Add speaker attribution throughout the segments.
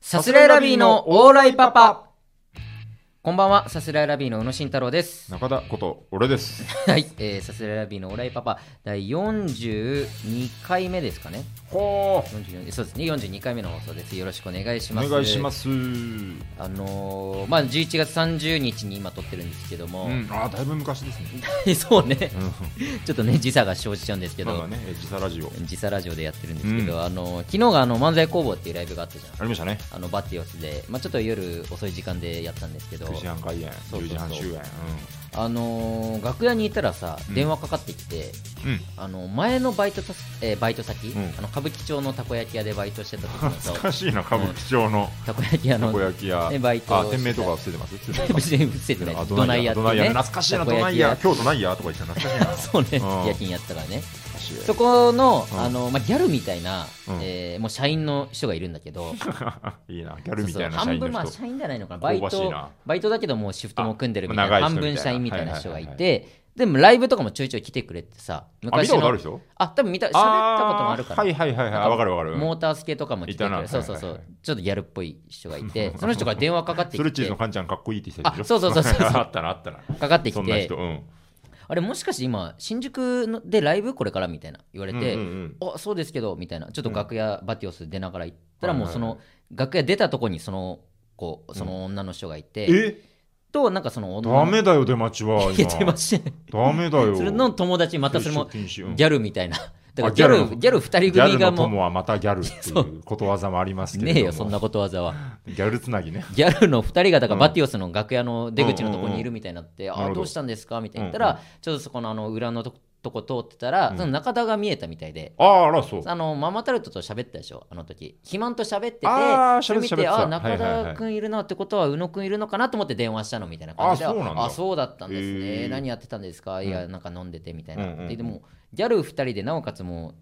Speaker 1: さすらいラビーのオーライパパこんばんは、さすらいラビーの宇野慎太郎 です。
Speaker 2: 中田こと俺です。
Speaker 1: はい、えー、さすらいラビーのオーライパパ、第42回目ですかね。
Speaker 2: ほ
Speaker 1: 44そうですね、42回目の放送です。よろしくお願いし
Speaker 2: お
Speaker 1: ます。
Speaker 2: 願いします。う
Speaker 1: あのーまあ、11月30日に今撮ってるんですけども、
Speaker 2: ん、あーだいぶ昔です ね。
Speaker 1: そうね、
Speaker 2: う
Speaker 1: ちょっとね、時差が生じちゃうんですけ
Speaker 2: ん、ま
Speaker 1: ど、
Speaker 2: だね、え時差ラジオ
Speaker 1: 時差ラジオでやってるんですけど、
Speaker 2: う
Speaker 1: あのー昨日があの漫才工房っていうライブがあったじゃん。
Speaker 2: ありましたね。
Speaker 1: あのバッティオスで、まあ、ちょっと夜遅い時間でやったんですけど、
Speaker 2: 9時半開演、
Speaker 1: そうそうそう
Speaker 2: 10時半終演。
Speaker 1: あのー楽屋にいたらさ、
Speaker 2: うん
Speaker 1: 電話かかってきて、
Speaker 2: うん、うん、
Speaker 1: あの前のバイトたす、えーバイト先、
Speaker 2: ん
Speaker 1: あの歌舞伎町のたこ焼き屋でバイトしてた時にそう
Speaker 2: 懐かしいな歌舞伎町の
Speaker 1: たこ焼き屋
Speaker 2: た
Speaker 1: の
Speaker 2: こ焼き屋
Speaker 1: ねバイ。ト
Speaker 2: あ、店名とか忘れてます。
Speaker 1: 別に伏せてない
Speaker 2: あ
Speaker 1: ドナイヤってね
Speaker 2: ドナイヤね懐かしいな
Speaker 1: た
Speaker 2: ド
Speaker 1: こ
Speaker 2: ナ
Speaker 1: 焼
Speaker 2: イ
Speaker 1: き屋
Speaker 2: ヤ京都ないやとか言ってた懐かしいな
Speaker 1: そうね
Speaker 2: うん
Speaker 1: 夜勤やってたからね
Speaker 2: 懐かしい
Speaker 1: そこの,、
Speaker 2: うん
Speaker 1: あのまあ、ギャルみたいな、
Speaker 2: うん
Speaker 1: えーもう社員の人がいるんだけ ど
Speaker 2: いいなギャルみた
Speaker 1: そうそう
Speaker 2: いな社
Speaker 1: 半
Speaker 2: 員の
Speaker 1: 分まあ
Speaker 2: 人
Speaker 1: 社員じゃないのかなバイ
Speaker 2: 香ばしい
Speaker 1: ト
Speaker 2: な
Speaker 1: バイトだけどもうシフトも組んでるみたいな
Speaker 2: あ長い
Speaker 1: 半分
Speaker 2: 人みたいな
Speaker 1: 社員みたいな人がいて、
Speaker 2: はい
Speaker 1: でもライブとかもちょいちょい来てくれてさ
Speaker 2: あ見たことあ
Speaker 1: の
Speaker 2: るでしょ
Speaker 1: あ多分見た喋ったこともあるから
Speaker 2: はいはいはいはいあわかるわかる
Speaker 1: モータースケとかも来てく
Speaker 2: いた
Speaker 1: れる
Speaker 2: な
Speaker 1: そうそうそう、
Speaker 2: はいはい
Speaker 1: ちょっとギャルっぽい人がい てその人が電話かかって
Speaker 2: スル
Speaker 1: き
Speaker 2: チーズ
Speaker 1: て
Speaker 2: のカンちゃんかっこいいって言ってたでしょ
Speaker 1: あそうそうそうそう
Speaker 2: あったなあったな
Speaker 1: かかって
Speaker 2: そ
Speaker 1: き
Speaker 2: んな
Speaker 1: て
Speaker 2: 人うん
Speaker 1: あれもしかして今新宿のでライブこれからみたいな言われて、
Speaker 2: うんうんうん
Speaker 1: あそうですけどみたいなちょっと楽屋、バティオス出ながら行ったら
Speaker 2: はい
Speaker 1: も
Speaker 2: は
Speaker 1: う
Speaker 2: い
Speaker 1: その楽屋出たとこにそのこうその女の人がいて、
Speaker 2: え
Speaker 1: となんかその女の
Speaker 2: ダメだよ出待ちは
Speaker 1: 消えて
Speaker 2: 今
Speaker 1: ま して
Speaker 2: ダメだ よ
Speaker 1: それの友達またそれも
Speaker 2: 出勤しうん
Speaker 1: ギャルみたいなだから
Speaker 2: あ
Speaker 1: ギ
Speaker 2: ギ
Speaker 1: ャ
Speaker 2: ャル
Speaker 1: ルギャル二人
Speaker 2: ギャ
Speaker 1: 組
Speaker 2: ル
Speaker 1: が
Speaker 2: の
Speaker 1: も
Speaker 2: 友はまたギャルって
Speaker 1: そ
Speaker 2: いうことわざもあります
Speaker 1: う
Speaker 2: け
Speaker 1: ね
Speaker 2: れども
Speaker 1: えよそんなことわざは
Speaker 2: ギャルつなぎ ね
Speaker 1: ギャルの2人がだから
Speaker 2: うん
Speaker 1: バティオスの楽屋の出口のとこにいるみたいになって、
Speaker 2: んうんうん
Speaker 1: あ
Speaker 2: なるほど
Speaker 1: どうしたんですかみたいな言ったら、
Speaker 2: うん
Speaker 1: ちょっとそこのあの裏のとことこ通ってたら、
Speaker 2: うん
Speaker 1: その中田が見えたみたいで。
Speaker 2: あああらそう
Speaker 1: あのママタルトと喋ったでしょあの時肥満と喋ってて
Speaker 2: あー
Speaker 1: それ見
Speaker 2: 喋って
Speaker 1: て
Speaker 2: た喋ってた
Speaker 1: あ中
Speaker 2: はいはいは
Speaker 1: 田
Speaker 2: い
Speaker 1: 君いるなってことは宇野君いるのかなと思って電話したのみたいな感じで
Speaker 2: あそうなんだ
Speaker 1: あそうだったんです
Speaker 2: へ
Speaker 1: ね
Speaker 2: ー
Speaker 1: 何やってたんですかいや
Speaker 2: う
Speaker 1: なんか飲んでてみたいな、
Speaker 2: うんうんうん
Speaker 1: ででもギャル2人でなおかつもう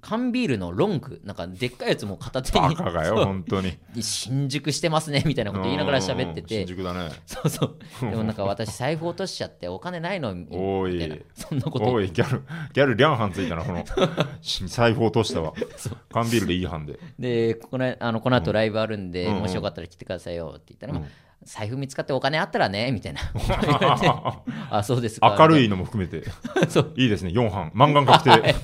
Speaker 1: 缶ビールのロングなんかでっかいやつも片手
Speaker 2: バ
Speaker 1: に
Speaker 2: カが
Speaker 1: そ
Speaker 2: よ
Speaker 1: う
Speaker 2: 本当に
Speaker 1: で新宿してますねみ たいなこと言いながら喋って
Speaker 2: うんうんうん
Speaker 1: て
Speaker 2: 新宿だね
Speaker 1: そうそうでもなんか私財布落としちゃってお金ない のみ
Speaker 2: おい
Speaker 1: たいなそんなこと
Speaker 2: おいギャルギャルリャンハンついたなこのし財布落としたわ缶ビールでいいハン で
Speaker 1: でこのあのこの後ライブあるんで、
Speaker 2: うんうん
Speaker 1: もしよかったら来てくださいよって言ったら、
Speaker 2: うん
Speaker 1: まあ財布見つかってお金あったらねみたいなあそうですか
Speaker 2: 明るいのも含めて
Speaker 1: そう
Speaker 2: いいですね4班マンガン確定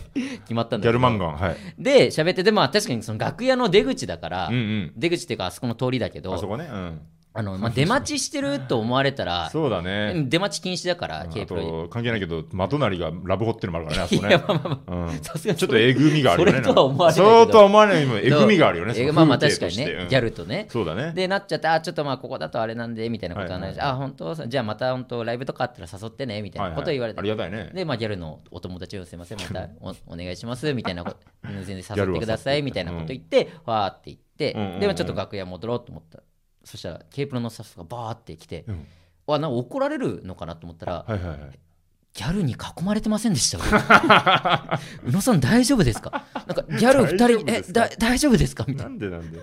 Speaker 1: 決まったん
Speaker 2: ギ
Speaker 1: だけ
Speaker 2: ャル
Speaker 1: ど
Speaker 2: マンガンはい
Speaker 1: で喋ってでまあ確かにその楽屋の出口だから、
Speaker 2: うんうん
Speaker 1: 出口っていうかあそこの通りだけど
Speaker 2: あそ
Speaker 1: あ
Speaker 2: こねうん
Speaker 1: の、まあ、出待ちしてると思われたら
Speaker 2: そうだね
Speaker 1: うん出待ち禁止だから
Speaker 2: うん
Speaker 1: K
Speaker 2: あ
Speaker 1: プロに
Speaker 2: と関係ないけど、まとなりがラブホってのもあるからね、あそこ
Speaker 1: いや
Speaker 2: ね
Speaker 1: まあまあまあ。
Speaker 2: うん
Speaker 1: さすがに
Speaker 2: ちょっとえぐみがあるよね。
Speaker 1: それとは思われないけど
Speaker 2: そうとは思われないけどえぐみがあるよね。
Speaker 1: え
Speaker 2: その
Speaker 1: まあまあ
Speaker 2: 風
Speaker 1: 確か
Speaker 2: 景と
Speaker 1: に
Speaker 2: して
Speaker 1: ね、
Speaker 2: うん
Speaker 1: ギャルとね。
Speaker 2: そうだね。
Speaker 1: でなっちゃってあちょっとまあここだとあれなんでみたいなことはないし、
Speaker 2: はいはい
Speaker 1: あ本当さじゃあまた本当ライブとかあったら誘ってねみたい
Speaker 2: はい
Speaker 1: な
Speaker 2: はい
Speaker 1: ことを言われて、
Speaker 2: ありがたいね。
Speaker 1: でまあギャルのお友達をすいませんま たおお願いしますみたいなこと全然誘ってくださいみたいなこと言ってわーって言って、
Speaker 2: うんうんうん
Speaker 1: でもちょっと楽屋戻ろうと思ったそしたら K プロのスタッフがバーって来て、
Speaker 2: うん
Speaker 1: わなんか怒られるのかなと思ったら、
Speaker 2: はいはいはい。
Speaker 1: ギャルに囲まれてませんでした僕 宇野さん大丈夫ですかなんかギャル2人にえ
Speaker 2: 大丈夫ですか
Speaker 1: だ大丈夫ですかみたいな
Speaker 2: なん でなんで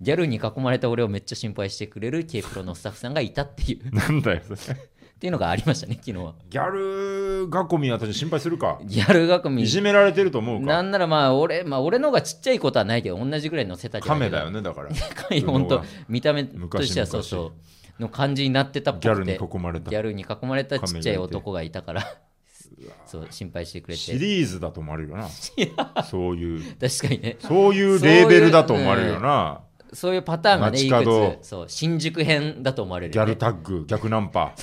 Speaker 1: ギャルに囲まれた俺をめっちゃ心配してくれる K プロのスタッフさんがいたって いうっ
Speaker 2: なんだよ、それ
Speaker 1: ていうのがありましたね、昨日は。
Speaker 2: ギャル囲みは私心配するか。
Speaker 1: ギャル学
Speaker 2: い
Speaker 1: み、
Speaker 2: じめられてると思う
Speaker 1: な
Speaker 2: か。
Speaker 1: んならまあ俺、まあ俺の方がちっちゃいことはないけど、同じぐらいの背丈
Speaker 2: カメだよ
Speaker 1: ね。
Speaker 2: ね、だから。
Speaker 1: い 本当見た目としては
Speaker 2: 昔
Speaker 1: そう
Speaker 2: 々
Speaker 1: そう。の感じになってたっぽ
Speaker 2: ギャル
Speaker 1: く
Speaker 2: に
Speaker 1: て。
Speaker 2: 囲まれた
Speaker 1: ギ。ャルに囲まれたちっちゃい
Speaker 2: 亀がいて
Speaker 1: 男がいたから、そう、心配してくれ
Speaker 2: シ
Speaker 1: て。
Speaker 2: リーズだと思われるよな。そういう、
Speaker 1: 確かにね、
Speaker 2: そういうレーベルだと思われるよな。
Speaker 1: そういうパターンがね、い
Speaker 2: 街角
Speaker 1: くつ、そう、新宿編だと思われる
Speaker 2: ギャ
Speaker 1: よ
Speaker 2: ル
Speaker 1: ね。
Speaker 2: タッグ、逆ナンパ、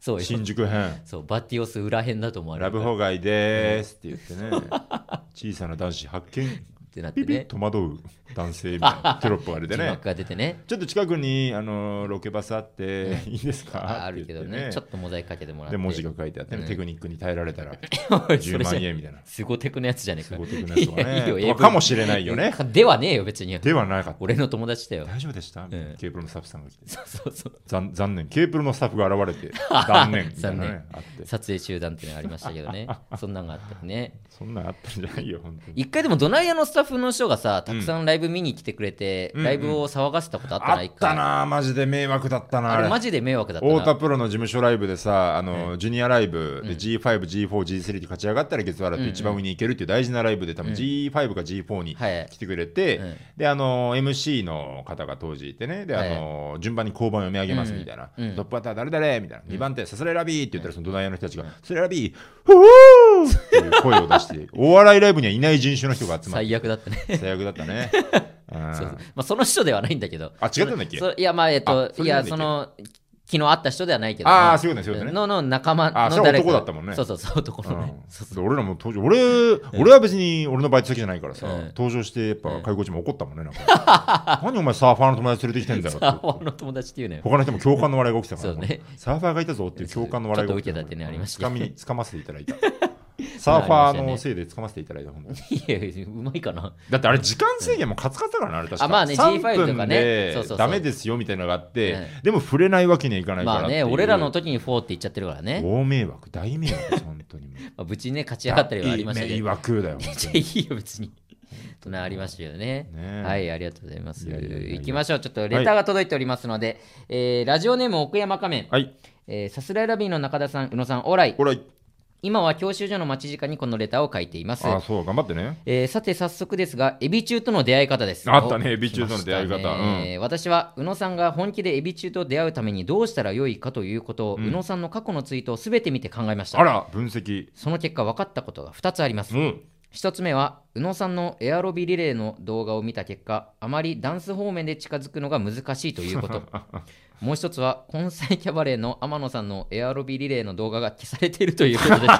Speaker 1: そうよ
Speaker 2: 新宿編。
Speaker 1: そう、バティオス裏編だと思われ
Speaker 2: ラ
Speaker 1: る
Speaker 2: ブホガイでーすって言ってね、 小さな男子 発見、
Speaker 1: ってなって
Speaker 2: ピピ
Speaker 1: ね
Speaker 2: ッ、戸惑う男性みたい なテロップが出て
Speaker 1: 字
Speaker 2: ね
Speaker 1: 幕、が出てね。
Speaker 2: ちょっと近くにあのロケバスあって、いいですか
Speaker 1: ああ
Speaker 2: って
Speaker 1: るけ
Speaker 2: 言
Speaker 1: ど
Speaker 2: って
Speaker 1: ね、ちょっとモザイクかけてもらって。
Speaker 2: で、文字が書いてあってね、
Speaker 1: うん
Speaker 2: テクニックに耐えられた ら
Speaker 1: おい そ
Speaker 2: 10
Speaker 1: れじゃ
Speaker 2: 万円みたいな、
Speaker 1: すごテクのやつじゃねえ
Speaker 2: す
Speaker 1: か。
Speaker 2: ごいなやつとか
Speaker 1: いやいいよ
Speaker 2: ね、
Speaker 1: AV
Speaker 2: とかかもしれない よね。
Speaker 1: ではねえよ、別に。
Speaker 2: ではなかった。
Speaker 1: 俺の友達 だよ。
Speaker 2: 大丈夫でした
Speaker 1: ええ
Speaker 2: ?K プロのスタッフさんが来て。
Speaker 1: そうそうそう。
Speaker 2: 残残念。K プロのスタッフが 現れて、残念。みたいなね、あって。
Speaker 1: 撮影中断っていうのがありましたけどね。そんなのがあったね。
Speaker 2: そんなんあったんじゃないよ、本当に。
Speaker 1: 一回でもドナイヤのスタッフの人がさ、たくさんライブ見に来てくれて、
Speaker 2: うんうん
Speaker 1: ライブを騒がせたことあった
Speaker 2: あ
Speaker 1: な、一
Speaker 2: った
Speaker 1: 回。
Speaker 2: なーマジで迷惑だったな
Speaker 1: あれマ
Speaker 2: ジ
Speaker 1: ジで迷惑だったな。
Speaker 2: 太田プロの事務所ライブでさ、あのジュニアライブで
Speaker 1: うん
Speaker 2: G5、G4、G3 って勝ち上がったら月原って一番上に行けるっていう大事なライブで、多分
Speaker 1: うん
Speaker 2: G5 か G4 に
Speaker 1: はい
Speaker 2: 来てくれて、
Speaker 1: うん
Speaker 2: であの MC の方が当時いてねであの、順番に交番読み上げますみたいな、
Speaker 1: うんうん
Speaker 2: トップバッター誰誰みたいな、2番手サスレラビーって言ったらそのドナイヤーの人たちが「サスレラビーふおー!」っていう声を出して お笑いライブにはいない人種の人が集まって
Speaker 1: 最悪だったね。
Speaker 2: 最悪だった ね、うん
Speaker 1: そうそうまあ、その人ではないんだけど。
Speaker 2: あ違ったんだっけ
Speaker 1: そいや、まあ、えっ
Speaker 2: あ
Speaker 1: と、
Speaker 2: そ
Speaker 1: い
Speaker 2: れな
Speaker 1: や、
Speaker 2: んだっけ
Speaker 1: その、昨日会った人ではないけど。
Speaker 2: ああそういうことねそういうことね
Speaker 1: のの仲間
Speaker 2: あそ
Speaker 1: の
Speaker 2: れは
Speaker 1: 誰か。
Speaker 2: 男だったもんね
Speaker 1: そうそうそう、男の ね。そう
Speaker 2: う
Speaker 1: そ
Speaker 2: ん、俺らも登場俺俺は別に俺のバイト先じゃないからさ、
Speaker 1: うん
Speaker 2: 登場してやっぱ介護中も怒ったもんねなんか 何お前サーファーの友達連れてきてんだ
Speaker 1: う。
Speaker 2: よって
Speaker 1: サーファーの友達っていうね。
Speaker 2: 他の人も共感の笑いが起きてたから、
Speaker 1: そうね
Speaker 2: サーファーがいたぞっていう共感の笑いが起き
Speaker 1: ちょっと受けたってねありました
Speaker 2: つ
Speaker 1: け
Speaker 2: か
Speaker 1: ど
Speaker 2: みにつかませていただ いたサーファーのせいでつかませていただいた、本当に
Speaker 1: いや、うまいかな。
Speaker 2: だってあれ時間制限もカツカツだからなあれ確か
Speaker 1: あまあね
Speaker 2: 3
Speaker 1: G5 とかね
Speaker 2: 分で
Speaker 1: そうそうそう
Speaker 2: ダメですよみたいなのがあって、
Speaker 1: うん
Speaker 2: でも触れないわけにはいかないから
Speaker 1: まあ
Speaker 2: って
Speaker 1: ね、
Speaker 2: いう
Speaker 1: 俺らの時に4って言っちゃってるからね。
Speaker 2: 大迷惑大迷惑です本 当に
Speaker 1: まあ、ぶちね、勝ち上がったりはありましたけ
Speaker 2: 大迷
Speaker 1: ど。
Speaker 2: 惑だよ
Speaker 1: いや
Speaker 2: 本
Speaker 1: じ
Speaker 2: 当
Speaker 1: ゃあ
Speaker 2: に
Speaker 1: いいよ、別に。とね、ありましたよね。
Speaker 2: ね
Speaker 1: はい、ありがとうございます。
Speaker 2: いやいやいやいや
Speaker 1: 行きましょう。ちょっとレターが届いておりますので、えーラジオネーム奥山仮面、
Speaker 2: はい
Speaker 1: えーさすらいラビーの中田さん、宇野さん、オーライ。
Speaker 2: これ
Speaker 1: 今は教習所の待ち時間にこのレターを書いています。
Speaker 2: あそう頑張ってね
Speaker 1: えーさて早速ですが、エビ中との出会い方です。
Speaker 2: あったね
Speaker 1: お
Speaker 2: エビ中との出会い方
Speaker 1: 来ましたね私は宇野さんが本気でエビ中と出会うためにどうしたらよいかということを、宇野さんの過去のツイートをすべて見て考えました。
Speaker 2: あら分析
Speaker 1: その結果分かったことが2つあります
Speaker 2: う。 ん
Speaker 1: 1つ目は、宇野さんのエアロビリレーの動画を見た結果、あまりダンス方面で近づくのが難しいという こと。もう1つは、根菜キャバレーの天野さんのエアロビリレーの動画が消されているということです。そ う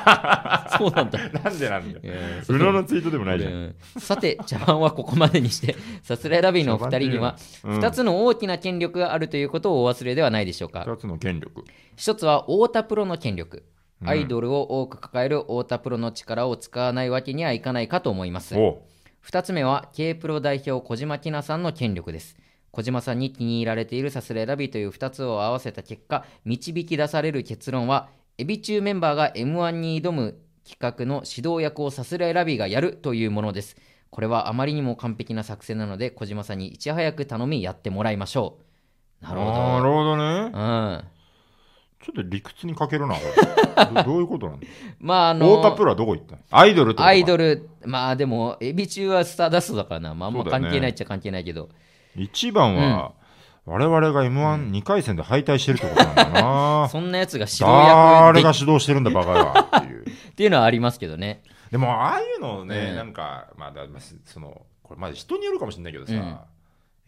Speaker 1: なんだ。
Speaker 2: なんでなんだよ
Speaker 1: えー
Speaker 2: 宇野のツイートでもないじゃ
Speaker 1: うんんさて、茶番はここまでにして、 さすらいラビーのお二人には、2つの大きな権力があるということをお忘れではないでしょうか。
Speaker 2: 2つの権力
Speaker 1: 一つは太田プロの権力。
Speaker 2: うん
Speaker 1: アイドルを多く抱える太田プロの力を使わないわけにはいかないかと思います。
Speaker 2: おう
Speaker 1: 二つ目は K プロ代表小島きなさんの権力です。小島さんに気に入られているさすらいラビーという2つを合わせた結果、導き出される結論は、エビ中メンバーが M1 に挑む企画の指導役をさすらいラビーがやるというものです。これはあまりにも完璧な作戦なので、小島さんにいち早く頼みやってもらいましょう。なる
Speaker 2: な
Speaker 1: ほ
Speaker 2: るほどね
Speaker 1: ど。うん。
Speaker 2: ちょっと理屈に欠けるなこ れどどういうことなんだ
Speaker 1: まあ、あの
Speaker 2: 太田プロはどこ行ったのアイドルってことか
Speaker 1: アイドル、まあでも、エビ中はスターダストだからな、まあ、あんま
Speaker 2: そうだ
Speaker 1: 関
Speaker 2: よね
Speaker 1: 係ないっちゃ関係ないけど、
Speaker 2: 一番は、我々が M12 回戦で敗退してるってことなんだな
Speaker 1: そんなやつが指導役
Speaker 2: 誰
Speaker 1: で
Speaker 2: が指導してるんだバカがっていう
Speaker 1: っていうのはありますけどね。
Speaker 2: でもああいうのをね、
Speaker 1: うん
Speaker 2: なんかまあだまあすそのこれまあ人によるかもしれないけどさ、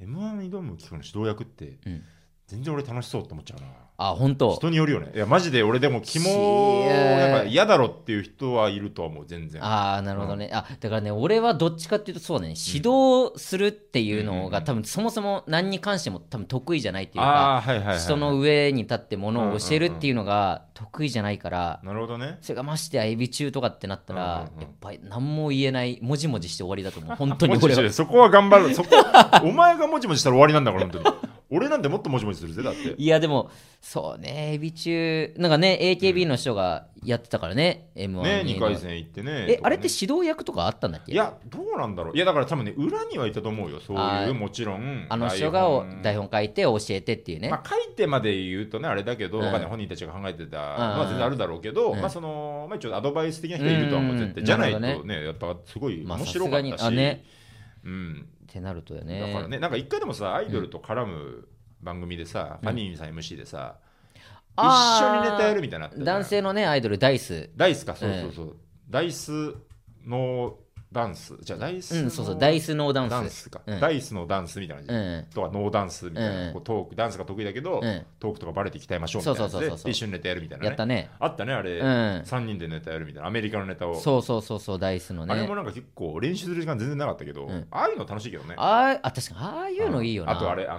Speaker 2: M1 に挑む企画の指導役って、
Speaker 1: うん
Speaker 2: 全然俺楽しそうって思っちゃうな
Speaker 1: あ、本当。
Speaker 2: 人によるよねいやマジで俺でもキ
Speaker 1: い
Speaker 2: モ
Speaker 1: やー
Speaker 2: やっぱ嫌だろっていう人はいるとは思う全然
Speaker 1: ああ、なるほどね。あ、だからね、俺はどっちかっていうと、そうだね、指導するっていうの
Speaker 2: う
Speaker 1: が、
Speaker 2: ん
Speaker 1: 多分そもそも何に関しても多分得意じゃないっていうか、
Speaker 2: あーはいはいはい、はい、
Speaker 1: 人の上に立ってものを教えるっていうのが得意じゃないから、
Speaker 2: なるほどね
Speaker 1: それがましてやエビ中とかってなったら、
Speaker 2: うんうんうん
Speaker 1: やっぱり何も言えない、もじもじして終わりだと 思う。本当に俺
Speaker 2: もじもじ
Speaker 1: は。
Speaker 2: そこは頑張るそこお前がもじもじしたら終わりなんだから本当に俺なんてもっともじもじするぜだって
Speaker 1: いやでもそうねエビ中なんかね AKB の人がやってたからね、M1
Speaker 2: ね
Speaker 1: に
Speaker 2: 2回戦行ってね
Speaker 1: え
Speaker 2: とか
Speaker 1: あ
Speaker 2: ね
Speaker 1: れって指導役とかあったんだっけ
Speaker 2: いやどうなんだろういやだから多分ね裏にはいたと思うよそう
Speaker 1: あ
Speaker 2: い
Speaker 1: ー
Speaker 2: うもちろん
Speaker 1: あの人がお台本書いて教えてっていうね、
Speaker 2: まあ、書いてまで言うとねあれだけど、
Speaker 1: うん
Speaker 2: わかんない本人たちが考えてたの
Speaker 1: う
Speaker 2: は
Speaker 1: ん
Speaker 2: 全然あるだろうけど、
Speaker 1: うん
Speaker 2: まあその、まあ、一応アドバイス的な人いるとは思
Speaker 1: う
Speaker 2: う
Speaker 1: ん
Speaker 2: 絶対じゃないと
Speaker 1: なる
Speaker 2: ね
Speaker 1: ほど
Speaker 2: やっぱすごい
Speaker 1: まあ
Speaker 2: 面白かったし、
Speaker 1: さすがにあね
Speaker 2: うん、
Speaker 1: ってなるとよ
Speaker 2: だ
Speaker 1: ね
Speaker 2: からねなんか一回でもさアイドルと絡む番組でさ、
Speaker 1: うん
Speaker 2: ファニーさん MC でさ、一
Speaker 1: あー
Speaker 2: 緒にネタやるみたいなのあったじゃん
Speaker 1: 男性のねアイドルダイス
Speaker 2: ダイスかそうそうそう、ダイスのダンスじゃあダイス
Speaker 1: う
Speaker 2: の
Speaker 1: んそうそうダイスのダンス
Speaker 2: ダンスか、
Speaker 1: うん
Speaker 2: ダイスのダンスみたいな感じ
Speaker 1: う、ん
Speaker 2: とかノーダンスみたいな、
Speaker 1: うん
Speaker 2: こうトークダンスが得意だけど、
Speaker 1: うん
Speaker 2: トークとかバレて鍛えましょうみたいなやつ
Speaker 1: そ
Speaker 2: で
Speaker 1: うそうそうそう
Speaker 2: 一緒にネタやるみたいな、ね、
Speaker 1: やったね
Speaker 2: あったねあれ、
Speaker 1: うん
Speaker 2: 3人でネタやるみたいなアメリカのネタを、
Speaker 1: そうそうそうそうダイスの
Speaker 2: あれ
Speaker 1: ね
Speaker 2: もなんか結構練習する時間全然なかったけど、
Speaker 1: うん
Speaker 2: ああいうの楽しいけどねあ
Speaker 1: あーあ確かにああいうのいいよな
Speaker 2: あとあれあ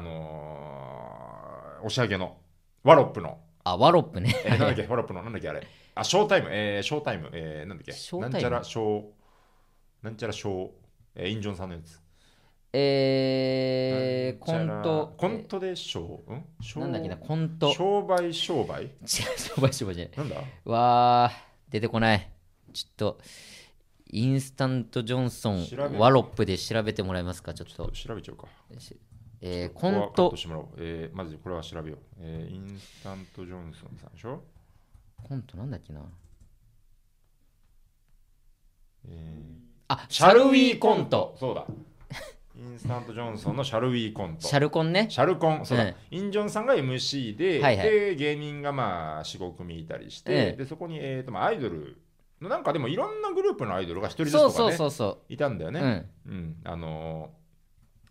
Speaker 2: のー、押し上げのワロッ プの、
Speaker 1: あワロップね
Speaker 2: えーなんだっけワロップのなんだっけあれあショータイムえー、ショータイムえー、なんだっけ
Speaker 1: ショータイム
Speaker 2: なんちゃらショーなんちゃらショーえー、インジョンさんのやつ
Speaker 1: えー、コ
Speaker 2: なん
Speaker 1: ン
Speaker 2: ちゃら
Speaker 1: ト
Speaker 2: コントでショー、うん、ショー
Speaker 1: なんだっけなコント違う
Speaker 2: 商売商売
Speaker 1: 商売商売じゃない
Speaker 2: なんだ
Speaker 1: わー出てこないちょっとインスタントジョンソ
Speaker 2: 調べ
Speaker 1: ン
Speaker 2: る
Speaker 1: ワロップで調べてもらえますかちょっと、
Speaker 2: 調べちゃうか。
Speaker 1: えー
Speaker 2: こ
Speaker 1: コ
Speaker 2: こは
Speaker 1: ン
Speaker 2: カッ
Speaker 1: ト
Speaker 2: トしてもらおう。えーまずこれは調べよう。えーインスタント・ジョンソンさんでしょ、
Speaker 1: コントなんだっけな
Speaker 2: えー
Speaker 1: あ
Speaker 2: シ
Speaker 1: シ
Speaker 2: ャ
Speaker 1: ャ
Speaker 2: ル
Speaker 1: ル
Speaker 2: ウ
Speaker 1: ウ
Speaker 2: ィ
Speaker 1: ィ
Speaker 2: ー
Speaker 1: ー
Speaker 2: コ
Speaker 1: コ
Speaker 2: ン
Speaker 1: ン
Speaker 2: ト
Speaker 1: ト。
Speaker 2: そ うだ。インスタント・ジョンソンのシャルウィーコント。
Speaker 1: シャルコンね
Speaker 2: シャルコン、そうだ
Speaker 1: うん
Speaker 2: インジョンさんが MC で、
Speaker 1: はいはい
Speaker 2: で芸人がまあ45組いたりして、
Speaker 1: ええ
Speaker 2: でそこに、えーとまあ、アイドルのなんかでもいろんなグループのアイドルが一人ずつ
Speaker 1: そ
Speaker 2: と
Speaker 1: う
Speaker 2: か、
Speaker 1: そう
Speaker 2: ね、
Speaker 1: そうそう
Speaker 2: いたんだよ
Speaker 1: う、
Speaker 2: ね、うんあのー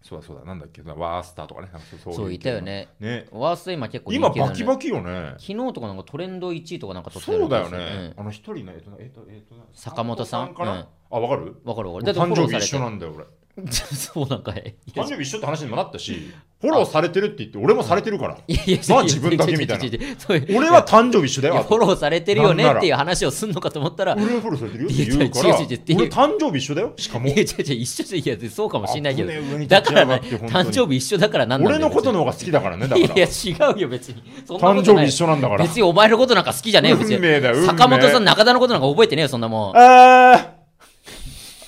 Speaker 2: そうだそうだなんだっけワースターとかねなんかそ
Speaker 1: ん
Speaker 2: う
Speaker 1: そう
Speaker 2: う
Speaker 1: いたよね
Speaker 2: 系のね
Speaker 1: ワースト今結構人気
Speaker 2: 今
Speaker 1: なの
Speaker 2: バ
Speaker 1: ね
Speaker 2: キバキよね
Speaker 1: 昨日とかなんかトレンド1位とかなんか取ってた
Speaker 2: そうだ
Speaker 1: 気が
Speaker 2: よ
Speaker 1: する
Speaker 2: ね、あの一人のえっとなえっとえっとな
Speaker 1: 坂本さん
Speaker 2: 坂かな、
Speaker 1: うん
Speaker 2: あわかる
Speaker 1: うんわかるわか
Speaker 2: 俺
Speaker 1: るだってフ
Speaker 2: 誕
Speaker 1: ォロー
Speaker 2: 生日
Speaker 1: され
Speaker 2: 一
Speaker 1: て
Speaker 2: 緒
Speaker 1: る
Speaker 2: なんだよ俺
Speaker 1: そうなんかいいや
Speaker 2: 誕生日一緒って話にもなったしフォローされてるって言って俺もされてるから
Speaker 1: いやいや
Speaker 2: まあ自分だけみたいな
Speaker 1: 違う違う違う違うそういう
Speaker 2: 俺は誕生日一緒だ
Speaker 1: いや
Speaker 2: よ
Speaker 1: フォローされてるよ
Speaker 2: な
Speaker 1: ね
Speaker 2: んなら
Speaker 1: っていう話をすんのかと思ったらいや
Speaker 2: 俺はフォローされてるよって言うから
Speaker 1: いや違う違う違うっていう
Speaker 2: 俺誕生日一緒だよしかも
Speaker 1: 違う違う一緒じゃいやそうかもしれないけ
Speaker 2: 危ねえ上に
Speaker 1: ど
Speaker 2: 立
Speaker 1: だ
Speaker 2: ち
Speaker 1: か
Speaker 2: 上
Speaker 1: らな
Speaker 2: がって本当に
Speaker 1: 誕生日一緒だからなんなんだ
Speaker 2: 俺
Speaker 1: よ
Speaker 2: のことの方が好きだからねだから
Speaker 1: いや違うよ別にそんなこと
Speaker 2: 誕生
Speaker 1: ない
Speaker 2: 日一緒なんだから
Speaker 1: 別にお前のことなんか好きじゃねえよ別に
Speaker 2: 運命だよ運命
Speaker 1: 坂本さん中田のことなんか覚えてねえよそんな もんあ
Speaker 2: あ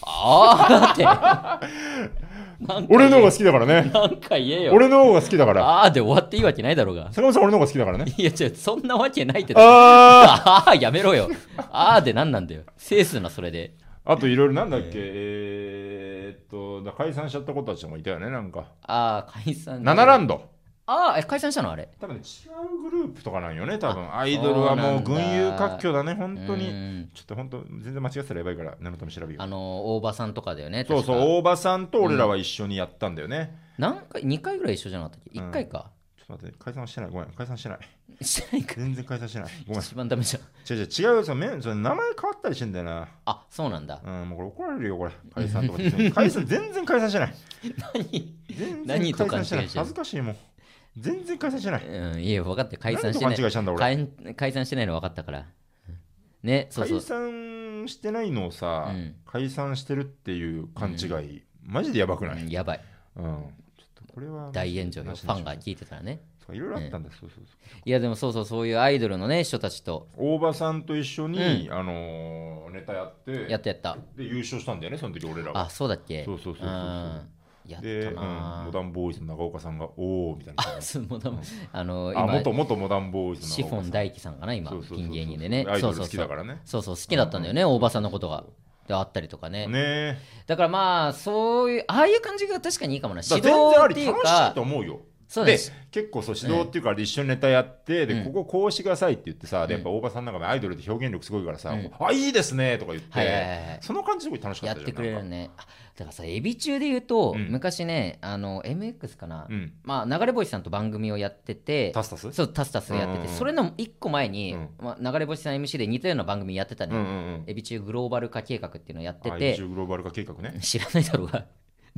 Speaker 1: あーってなん
Speaker 2: ー
Speaker 1: か
Speaker 2: 俺の方が好きだからね
Speaker 1: なんか言えよ
Speaker 2: 俺の方が好きだから
Speaker 1: ああで終わっていいわけないだろうが
Speaker 2: 坂本さん俺の方が好きだからね
Speaker 1: いや違うそんなわけないって
Speaker 2: あ
Speaker 1: ああやめろよああで何なんだよセースなそれで
Speaker 2: ーあといろいろなんだっけえーっとだ解散しちゃった子たちもいたよねなんか
Speaker 1: ああ解散
Speaker 2: 7ランド
Speaker 1: ああえ解散したのあれ
Speaker 2: 多分ね違うグループとかなんよね多分アイドルはもう
Speaker 1: そう
Speaker 2: 群
Speaker 1: なんだ
Speaker 2: 雄割拠だね本当
Speaker 1: う
Speaker 2: に
Speaker 1: ん
Speaker 2: ちょっと本当全然間違ってたらやばいから念のため調べよ
Speaker 1: あ
Speaker 2: う
Speaker 1: の大場さんとかだよね
Speaker 2: そうそう
Speaker 1: 確か
Speaker 2: 大場さんと俺らは一緒にやったんだよね、
Speaker 1: 何回2回ぐらい一緒じゃなかったっけ
Speaker 2: うん
Speaker 1: 1回か、
Speaker 2: ちょっと待って、解散はしてない。ごめん、解散してない。
Speaker 1: してないか
Speaker 2: 全然解散してない。ごめん。
Speaker 1: 一番ダメじゃん
Speaker 2: 違う違う、違うよ、そのメンその名前変わったりしてんだよな。
Speaker 1: あそうなんだ
Speaker 2: うん、もうこれ怒られるよ、これ。解散とかって。解散、全然解散してない。
Speaker 1: 何
Speaker 2: 全然
Speaker 1: 何と
Speaker 2: 解散してな
Speaker 1: 勘違い
Speaker 2: い。
Speaker 1: してる
Speaker 2: 恥ずかしいもん。全然解散してない。
Speaker 1: うんいや分かって解散
Speaker 2: 何
Speaker 1: し
Speaker 2: と
Speaker 1: てな
Speaker 2: 勘
Speaker 1: い
Speaker 2: 違いしたんだ、俺。
Speaker 1: 解解散してないの分かったからねそうそ
Speaker 2: 解
Speaker 1: う
Speaker 2: 散してないのをさ
Speaker 1: うん、
Speaker 2: 解散してるっていう勘違い、マジでやばくな
Speaker 1: う
Speaker 2: い
Speaker 1: んやばい
Speaker 2: うん。ちょっとこれは。
Speaker 1: 大炎上よ
Speaker 2: なし
Speaker 1: フ
Speaker 2: にしよう
Speaker 1: ァンが聞いてたらね
Speaker 2: そういろいろあったんだ、そうそうそう。
Speaker 1: いやでもそうそうそういうアイドルのね人たちと
Speaker 2: 大場さんと一緒に、あのー、ネタやって、
Speaker 1: やったやった
Speaker 2: で、優勝したんだよね、その時俺らは。
Speaker 1: あそうだっけ
Speaker 2: そうそうそうそうそうん
Speaker 1: やっ
Speaker 2: で、う
Speaker 1: た
Speaker 2: ん、
Speaker 1: な
Speaker 2: モダンボーイズの長岡さんが、おーみたいな。
Speaker 1: あ そうもだもあの
Speaker 2: あ、元
Speaker 1: 今
Speaker 2: 元モダンボーイズの
Speaker 1: シフォン大輝さんかな今
Speaker 2: そうそうそう
Speaker 1: ピン芸人でね
Speaker 2: アイ
Speaker 1: そ
Speaker 2: ド
Speaker 1: うそう
Speaker 2: ル好き
Speaker 1: そ
Speaker 2: だ
Speaker 1: う
Speaker 2: からね。
Speaker 1: そうそう好きだったんだよね大場さんのことがであったりとかね
Speaker 2: ね
Speaker 1: だからまあそういうああいう感じが確かにいいかもな
Speaker 2: え。
Speaker 1: 指
Speaker 2: だ
Speaker 1: 導
Speaker 2: から全然あ
Speaker 1: っ
Speaker 2: り
Speaker 1: ていう
Speaker 2: 楽しい
Speaker 1: か
Speaker 2: と思うよ。
Speaker 1: そう
Speaker 2: で
Speaker 1: です
Speaker 2: 結構そう指導っていうか、で一緒にネタやって、で
Speaker 1: うん
Speaker 2: こここうしてくださいって言ってさ、で
Speaker 1: う
Speaker 2: や
Speaker 1: ん
Speaker 2: っぱ大場さんなんかもアイドルって表現力すごいからさ、
Speaker 1: うん
Speaker 2: あいいですねとか言って、
Speaker 1: はいはいはいはい
Speaker 2: その感じすごい楽しかっ
Speaker 1: やった
Speaker 2: じゃん。
Speaker 1: てくれ
Speaker 2: な
Speaker 1: る
Speaker 2: んか
Speaker 1: ねあだからさエビ中で言うと、
Speaker 2: うん
Speaker 1: 昔ねあの MX かな、
Speaker 2: うん。
Speaker 1: まあ流れ星さんと番組をやってて
Speaker 2: タスタス。
Speaker 1: そうタスタスやってて、
Speaker 2: うん
Speaker 1: それの一個前に、
Speaker 2: うん
Speaker 1: まあ、流れ星さん MC で似たような番組やってた
Speaker 2: うんう
Speaker 1: ね、
Speaker 2: んうん。
Speaker 1: エビ中グローバル化計画っていうのをやって
Speaker 2: あ
Speaker 1: て
Speaker 2: 一応グローバル化計画ね。
Speaker 1: 知らないだろうが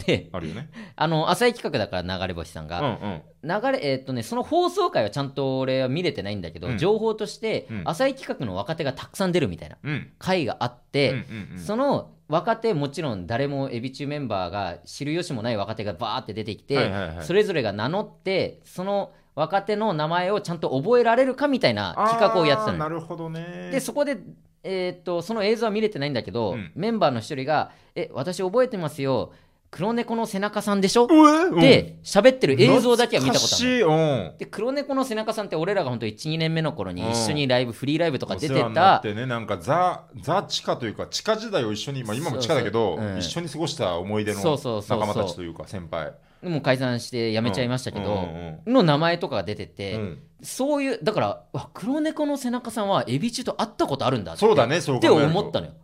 Speaker 1: で
Speaker 2: あるよね。
Speaker 1: あの浅い企画だから流れ星さん
Speaker 2: うん
Speaker 1: が、
Speaker 2: うん。
Speaker 1: 流れえーっとねその放送回はちゃんと俺は見れてないんだけど、
Speaker 2: うん
Speaker 1: 情報として、
Speaker 2: うん
Speaker 1: 浅い企画の若手がたくさん出るみたいな
Speaker 2: うん。
Speaker 1: 回があっ
Speaker 2: うん
Speaker 1: て、
Speaker 2: うんうん。
Speaker 1: その若手もちろん誰もエビ中メンバーが知る由もない若手がバーって出てきて、
Speaker 2: はいはいはい
Speaker 1: それぞれが名乗ってその若手の名前をちゃんと覚えられるかみたいな企画をやってた
Speaker 2: あー
Speaker 1: の
Speaker 2: な
Speaker 1: よ
Speaker 2: るほどね。
Speaker 1: でそこで、えーっとその映像は見れてないんだけど、
Speaker 2: うん
Speaker 1: メンバーの一人が「え私覚えてますよ黒猫の背中さんでしょ?」
Speaker 2: うえ、うん
Speaker 1: で喋ってる映像だけは見たことあるの。
Speaker 2: 懐かしい、うん。
Speaker 1: で黒猫の背中さんって俺らが本当12年目の頃に一緒にライブ、フリーライブとか出て
Speaker 2: お世話になったてね、なんかザ、ザ地下というか、地下時代を一緒に、まあ、今も地下だけ
Speaker 1: そ
Speaker 2: ど、
Speaker 1: うそううん
Speaker 2: 一緒に過ごした思い出の
Speaker 1: そうそうそうそう
Speaker 2: 仲間たちというか、先輩。
Speaker 1: もう解散して辞めちゃいましたけど、
Speaker 2: うんうん
Speaker 1: の名前とかが出てて、
Speaker 2: うんうん
Speaker 1: そういうだからうわ黒猫の背中さんはエビ中と会ったことあるんだって
Speaker 2: そうだね、そう
Speaker 1: って
Speaker 2: 考えると
Speaker 1: 思ったのよ。っ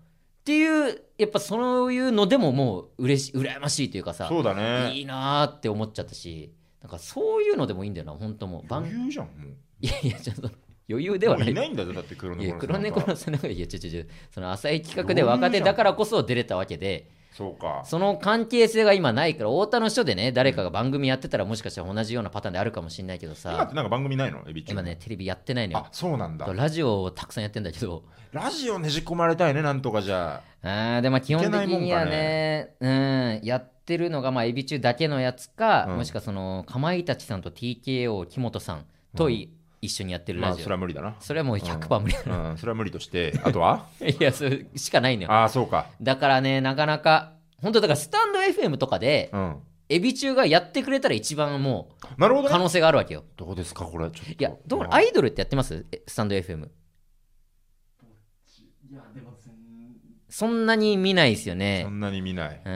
Speaker 1: ていうやっぱそういうのでももううれし羨ましいというかさ
Speaker 2: そうだね。
Speaker 1: いいなーって思っちゃったしなんかそういうのでもいいんだよな本当もう番
Speaker 2: 余裕じゃん、もう。
Speaker 1: いやいやちょっと余裕では
Speaker 2: も
Speaker 1: な
Speaker 2: うい
Speaker 1: い。
Speaker 2: ないんだよ、だって黒
Speaker 1: い
Speaker 2: 猫
Speaker 1: や
Speaker 2: の。
Speaker 1: 黒猫の。背中いやちょちょちょその浅い企画で
Speaker 2: 余裕じゃ
Speaker 1: 若
Speaker 2: ん
Speaker 1: 手だからこそ出れたわけで
Speaker 2: そうか。
Speaker 1: その関係性が今ないから太田の人でね誰かが番組やってたらもしかしたら同じようなパターンであるかもしれないけど
Speaker 2: 今っ
Speaker 1: さ
Speaker 2: てなんか番組ないのエビ中。
Speaker 1: 今ね。テレビやってないのよ
Speaker 2: あ、そうなんだ。
Speaker 1: ラジオをたくさんやってんだけど、
Speaker 2: ラジオねじ込まれたいね、なんとかじゃあ。
Speaker 1: あーでも基本的にはね、うん、やってるのが、まあ、エビ中だけのやつか、
Speaker 2: うん
Speaker 1: もしくはその、かまいたちさんと TKO、木本さんとい、一緒にやってる
Speaker 2: ま
Speaker 1: ラ
Speaker 2: あ
Speaker 1: ジ
Speaker 2: そ
Speaker 1: オ、
Speaker 2: れは無理だな。
Speaker 1: それはもう100%無理だな、
Speaker 2: うん、それは無理として、あとは
Speaker 1: いやそれしかないのよ
Speaker 2: ああ、そうか。
Speaker 1: だからねなかなか本当だからスタンド FM とかで
Speaker 2: うん。
Speaker 1: エビ中がやってくれたら一番も
Speaker 2: なるほ
Speaker 1: う
Speaker 2: ど、
Speaker 1: 可
Speaker 2: ね。
Speaker 1: 能性があるわけよ
Speaker 2: どうですか、これ。ちょっと
Speaker 1: いやどう
Speaker 2: あ
Speaker 1: アイドルってやってますえスタンド FM
Speaker 3: いやでも全
Speaker 1: そんなに見ないですよね
Speaker 2: そんなに見ない。
Speaker 1: う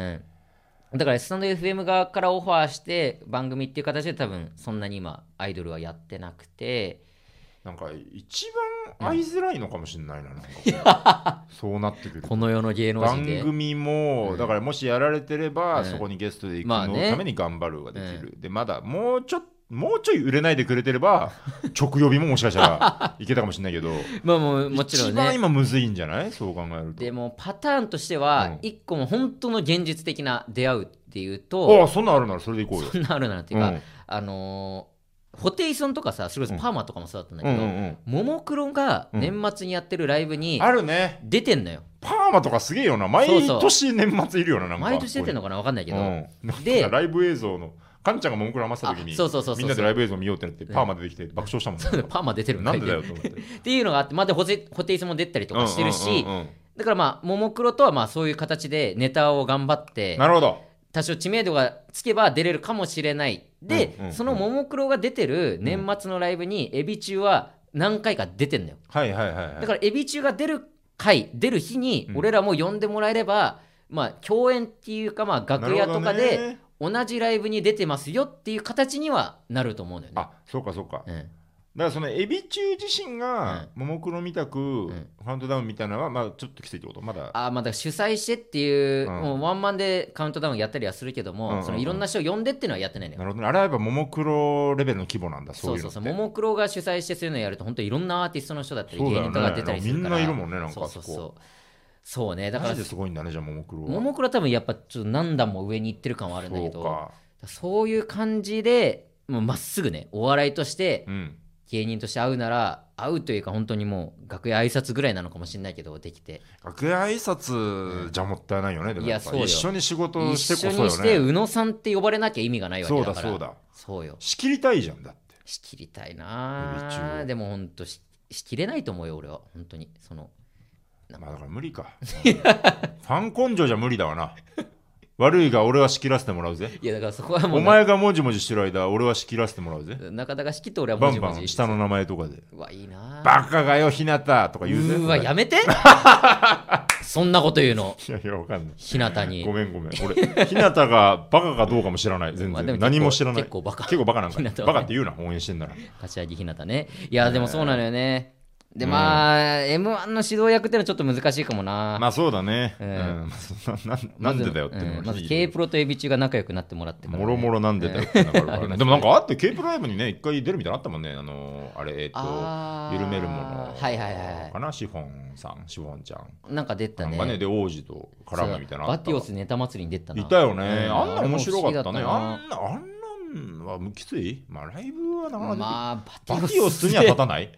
Speaker 1: ん、だからスタンド FM 側からオファーして番組っていう形で多分そんなに今アイドルはやってなくて
Speaker 2: なんか、一番会いづらいのかもしれないな。なんか そうなってくると。
Speaker 1: この世の芸能人
Speaker 2: 番
Speaker 1: で
Speaker 2: 組も、
Speaker 1: うん
Speaker 2: だからもしやられてれば、
Speaker 1: うん
Speaker 2: そこにゲストで行く
Speaker 1: まあ
Speaker 2: の
Speaker 1: ね
Speaker 2: ために頑張るができる、でまだもうちょもうちょい売れないでくれてれ ば直呼びももしかしたらいけたかもしれないけど
Speaker 1: まあ もうもちろん
Speaker 2: 一番
Speaker 1: ね
Speaker 2: 今むずいんじゃないそう考えると
Speaker 1: でもパターンとしては
Speaker 2: うん
Speaker 1: 一個も本当の現実的な出会うっていう
Speaker 2: あ
Speaker 1: と、
Speaker 2: あそんなんあるならそれで行こうよ
Speaker 1: そんなあるなっていうか、あのー、ホテイソンとかさそれこそパーマとかもそうだったんだ
Speaker 2: うん
Speaker 1: け
Speaker 2: うん
Speaker 1: ど、
Speaker 2: うんうん
Speaker 1: ももクロが年末にやってるライブに
Speaker 2: あるね
Speaker 1: 出てんのよ、
Speaker 2: パーマとかすげえよな毎
Speaker 1: そう
Speaker 2: 年年末いるよななんか
Speaker 1: 毎年出てんの
Speaker 2: こ
Speaker 1: かな分かんないけ
Speaker 2: こ
Speaker 1: ど、
Speaker 2: にうんなん
Speaker 1: で
Speaker 2: かライブ映像のカンちゃんがももクロ余した時に
Speaker 1: あそうそうそうそう
Speaker 2: みんなでライブ映像見ようってなってパーマ出てきて爆笑したもんね
Speaker 1: パーマ出てるの
Speaker 2: なんでだよと思って
Speaker 1: っていうのがあって、まあ、でホテホテイソンも出たりとかしてるし、
Speaker 2: うんうんうんう
Speaker 1: だからまあももクロとはまあそういう形でネタを頑張って
Speaker 2: んなるほど
Speaker 1: 多少知名度がつけば出れるかもしれないで、
Speaker 2: うんうんうん
Speaker 1: そのももクロが出てる年末のライブにエビ中は何回か出てんだよ
Speaker 2: はいはいはいはい
Speaker 1: だからエビ中が出る回出る日に
Speaker 2: うん
Speaker 1: 俺らも呼んでもらえれば、まあ共演っていうかまあ楽屋とか
Speaker 2: なるほど
Speaker 1: で
Speaker 2: ね
Speaker 1: 同じライブに出てますよっていう形にはなると思うんだよね。
Speaker 2: あそうかそうかだか
Speaker 1: うん
Speaker 2: らそのエビ中自身がももクロみたく
Speaker 1: ん
Speaker 2: カウントダウンみたいなのはまあちょっときついってことまだ
Speaker 1: あーまあだから主催してっていう,、
Speaker 2: うん
Speaker 1: もうワンマンでカウントダウンやったりはするけども、
Speaker 2: うんうんうん
Speaker 1: そのいろんな人を呼んでっていうのはやってないんだよ
Speaker 2: なるほどねあれはやっぱももクロレベルの規模なんだそ
Speaker 1: そうう
Speaker 2: いう
Speaker 1: そうそ
Speaker 2: のって
Speaker 1: うももクロが主催してそういうのやると本当いろんなアーティストの人だったり
Speaker 2: そうだ
Speaker 1: 芸
Speaker 2: よね
Speaker 1: 人とか出たりするから、
Speaker 2: みんないるもんねなんか
Speaker 1: そうそう
Speaker 2: あそ
Speaker 1: そうそうねだか
Speaker 2: マ
Speaker 1: ら
Speaker 2: ジですごいんだねじゃあももクロは
Speaker 1: ももクロは多分やっぱちょっと何段も上に行ってる感はあるんだけ
Speaker 2: そ
Speaker 1: ど
Speaker 2: うか
Speaker 1: そういう感じでもうまっすぐねお笑いとして
Speaker 2: うん
Speaker 1: 芸人として会うなら会うというか本当にもう楽屋挨拶ぐらいなのかもしれないけどできて
Speaker 2: 楽屋挨拶じゃもったいないよね、でも
Speaker 1: いや
Speaker 2: っぱ
Speaker 1: そうよ
Speaker 2: 一緒に仕事して
Speaker 1: 一緒
Speaker 2: こそよね
Speaker 1: にして宇野さんって呼ばれなきゃ意味がないわけ
Speaker 2: そう
Speaker 1: だか
Speaker 2: だ
Speaker 1: ら
Speaker 2: そうだ
Speaker 1: そうよ
Speaker 2: 仕切りたいじゃんだって
Speaker 1: 仕切りたい
Speaker 2: エビ中
Speaker 1: な
Speaker 2: を
Speaker 1: でも本当し仕切れないと思うよ俺は本当にその
Speaker 2: まあだから無理 かファン根性じゃ無理だわな悪いが俺は仕切らせてもらうぜ
Speaker 1: いやだからそこはもう
Speaker 2: お前がもじもじしてる間俺は仕切らせてもらうぜ
Speaker 1: なかなか仕切って俺は
Speaker 2: バ
Speaker 1: も
Speaker 2: ン
Speaker 1: じ
Speaker 2: バ
Speaker 1: も
Speaker 2: ン
Speaker 1: じ
Speaker 2: 下の名前とかで
Speaker 1: うわいいな
Speaker 2: バカがよひなたとか
Speaker 1: う
Speaker 2: 言うぜ
Speaker 1: ーわやめて そんなこと言うの
Speaker 2: いやいやわかんない
Speaker 1: 日向に
Speaker 2: ごめんごめん俺ひなたがバカかどうかも知らない全
Speaker 1: まあで
Speaker 2: 然
Speaker 1: も結構
Speaker 2: 何も知らない
Speaker 1: 結構バカ
Speaker 2: 結構バカなんか
Speaker 1: ひなたはね
Speaker 2: バカって言うな応援してんなら
Speaker 1: 柏木ひなたねいやでもそうなのよねでまあ m 1の指導役ってのはちょっと難しいかもな
Speaker 2: まあそうだね、
Speaker 1: う
Speaker 2: うんんなななんでだよっていうの
Speaker 1: う
Speaker 2: が
Speaker 1: んまず
Speaker 2: いい
Speaker 1: K プロとエビ中が仲良くなってもらってからね
Speaker 2: もろもろなんでだよっていうのがある からねでもなんかあって K プロライブにね一回出るみたいなのあったもんねあのーあれえっ、
Speaker 1: あ
Speaker 2: と
Speaker 1: ー
Speaker 2: 緩めるも
Speaker 1: は
Speaker 2: の
Speaker 1: いはいはいはい
Speaker 2: かなシフォンさんシフォンちゃん
Speaker 1: なんか出た
Speaker 2: なん
Speaker 1: ね
Speaker 2: かねで王子と絡むみたいなのあ
Speaker 1: バ
Speaker 2: っ
Speaker 1: テ
Speaker 2: た
Speaker 1: ィオスネタ祭りに出てたない
Speaker 2: たよね、
Speaker 1: うん
Speaker 2: あんな面白かった
Speaker 1: あ
Speaker 2: ね
Speaker 1: れも不
Speaker 2: あ
Speaker 1: 思
Speaker 2: んなあんなんはきついまあライブはなかなか、
Speaker 1: まあ
Speaker 2: バティオスには立たない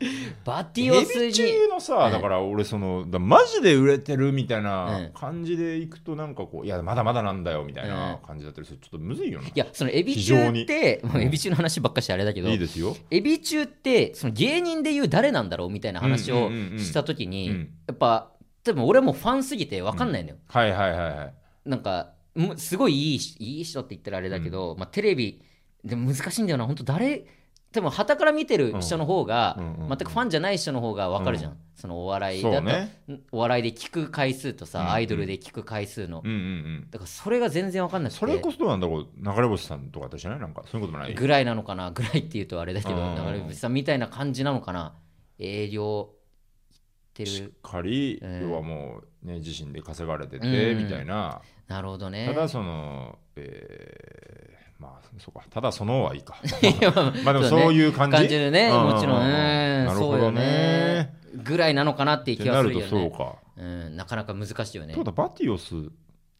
Speaker 1: バテ
Speaker 2: エ
Speaker 1: ィオス
Speaker 2: ビ
Speaker 1: に
Speaker 2: 中のさ、だから俺そのだマジで売れてるみたいな
Speaker 1: うん
Speaker 2: 感じでいくとなんかこういやまだまだなんだよみたいな
Speaker 1: う
Speaker 2: 感じだったりするちょっとむずいよない
Speaker 1: やそのエビ
Speaker 2: 非
Speaker 1: 中
Speaker 2: 常
Speaker 1: っ
Speaker 2: に
Speaker 1: てもう
Speaker 2: うん
Speaker 1: エビ中の話ばっかしてあれだけど
Speaker 2: いいですよ
Speaker 1: エビ中ってその芸人でいう誰なんだろうみたいな話を
Speaker 2: うんうんうんうん
Speaker 1: した時に、
Speaker 2: うん
Speaker 1: やっぱ多分俺もファンすぎて分かんないのよ、
Speaker 2: はいはいはいはい
Speaker 1: なんかむすごいいいしいい人って言ったらあれだけど、まあ、テレビでも難しいんだよな本当誰多分旗から見てる人の方が、
Speaker 2: うんうんうんうん
Speaker 1: 全くファンじゃない人の方が分かるじゃん、
Speaker 2: う
Speaker 1: そのお笑いだ
Speaker 2: そ
Speaker 1: と、
Speaker 2: うね
Speaker 1: お笑いで聞く回数とさ、
Speaker 2: うんうん
Speaker 1: アイドルで聞く回数の、
Speaker 2: うんうんうん
Speaker 1: だからそれが全然分かんなくて
Speaker 2: それこそどうなんだろう流れ星さんとかだしないなんかそういうこともない
Speaker 1: ぐらいなのかなぐらいっていうとあれだけど、
Speaker 2: うんうんうん
Speaker 1: 流れ星さんみたいな感じなのかな営業行って
Speaker 2: しっ
Speaker 1: る
Speaker 2: かり、
Speaker 1: うん
Speaker 2: 要はもう、ね、自身で稼がれてて、
Speaker 1: うん
Speaker 2: みたいな
Speaker 1: なるほどね
Speaker 2: ただその、えーまあそうかただそのはいいか
Speaker 1: いやま あ
Speaker 2: まあでもそういう感じ
Speaker 1: 感じでね、
Speaker 2: ううう
Speaker 1: もちろん、うん
Speaker 2: なるほ
Speaker 1: そうよ
Speaker 2: どね
Speaker 1: ぐらいなのかなっていう
Speaker 2: って
Speaker 1: 気
Speaker 2: な
Speaker 1: はする
Speaker 2: ると
Speaker 1: よ
Speaker 2: そ
Speaker 1: ね
Speaker 2: うか、
Speaker 1: うん、なかなか難しいよね
Speaker 2: ただバティオス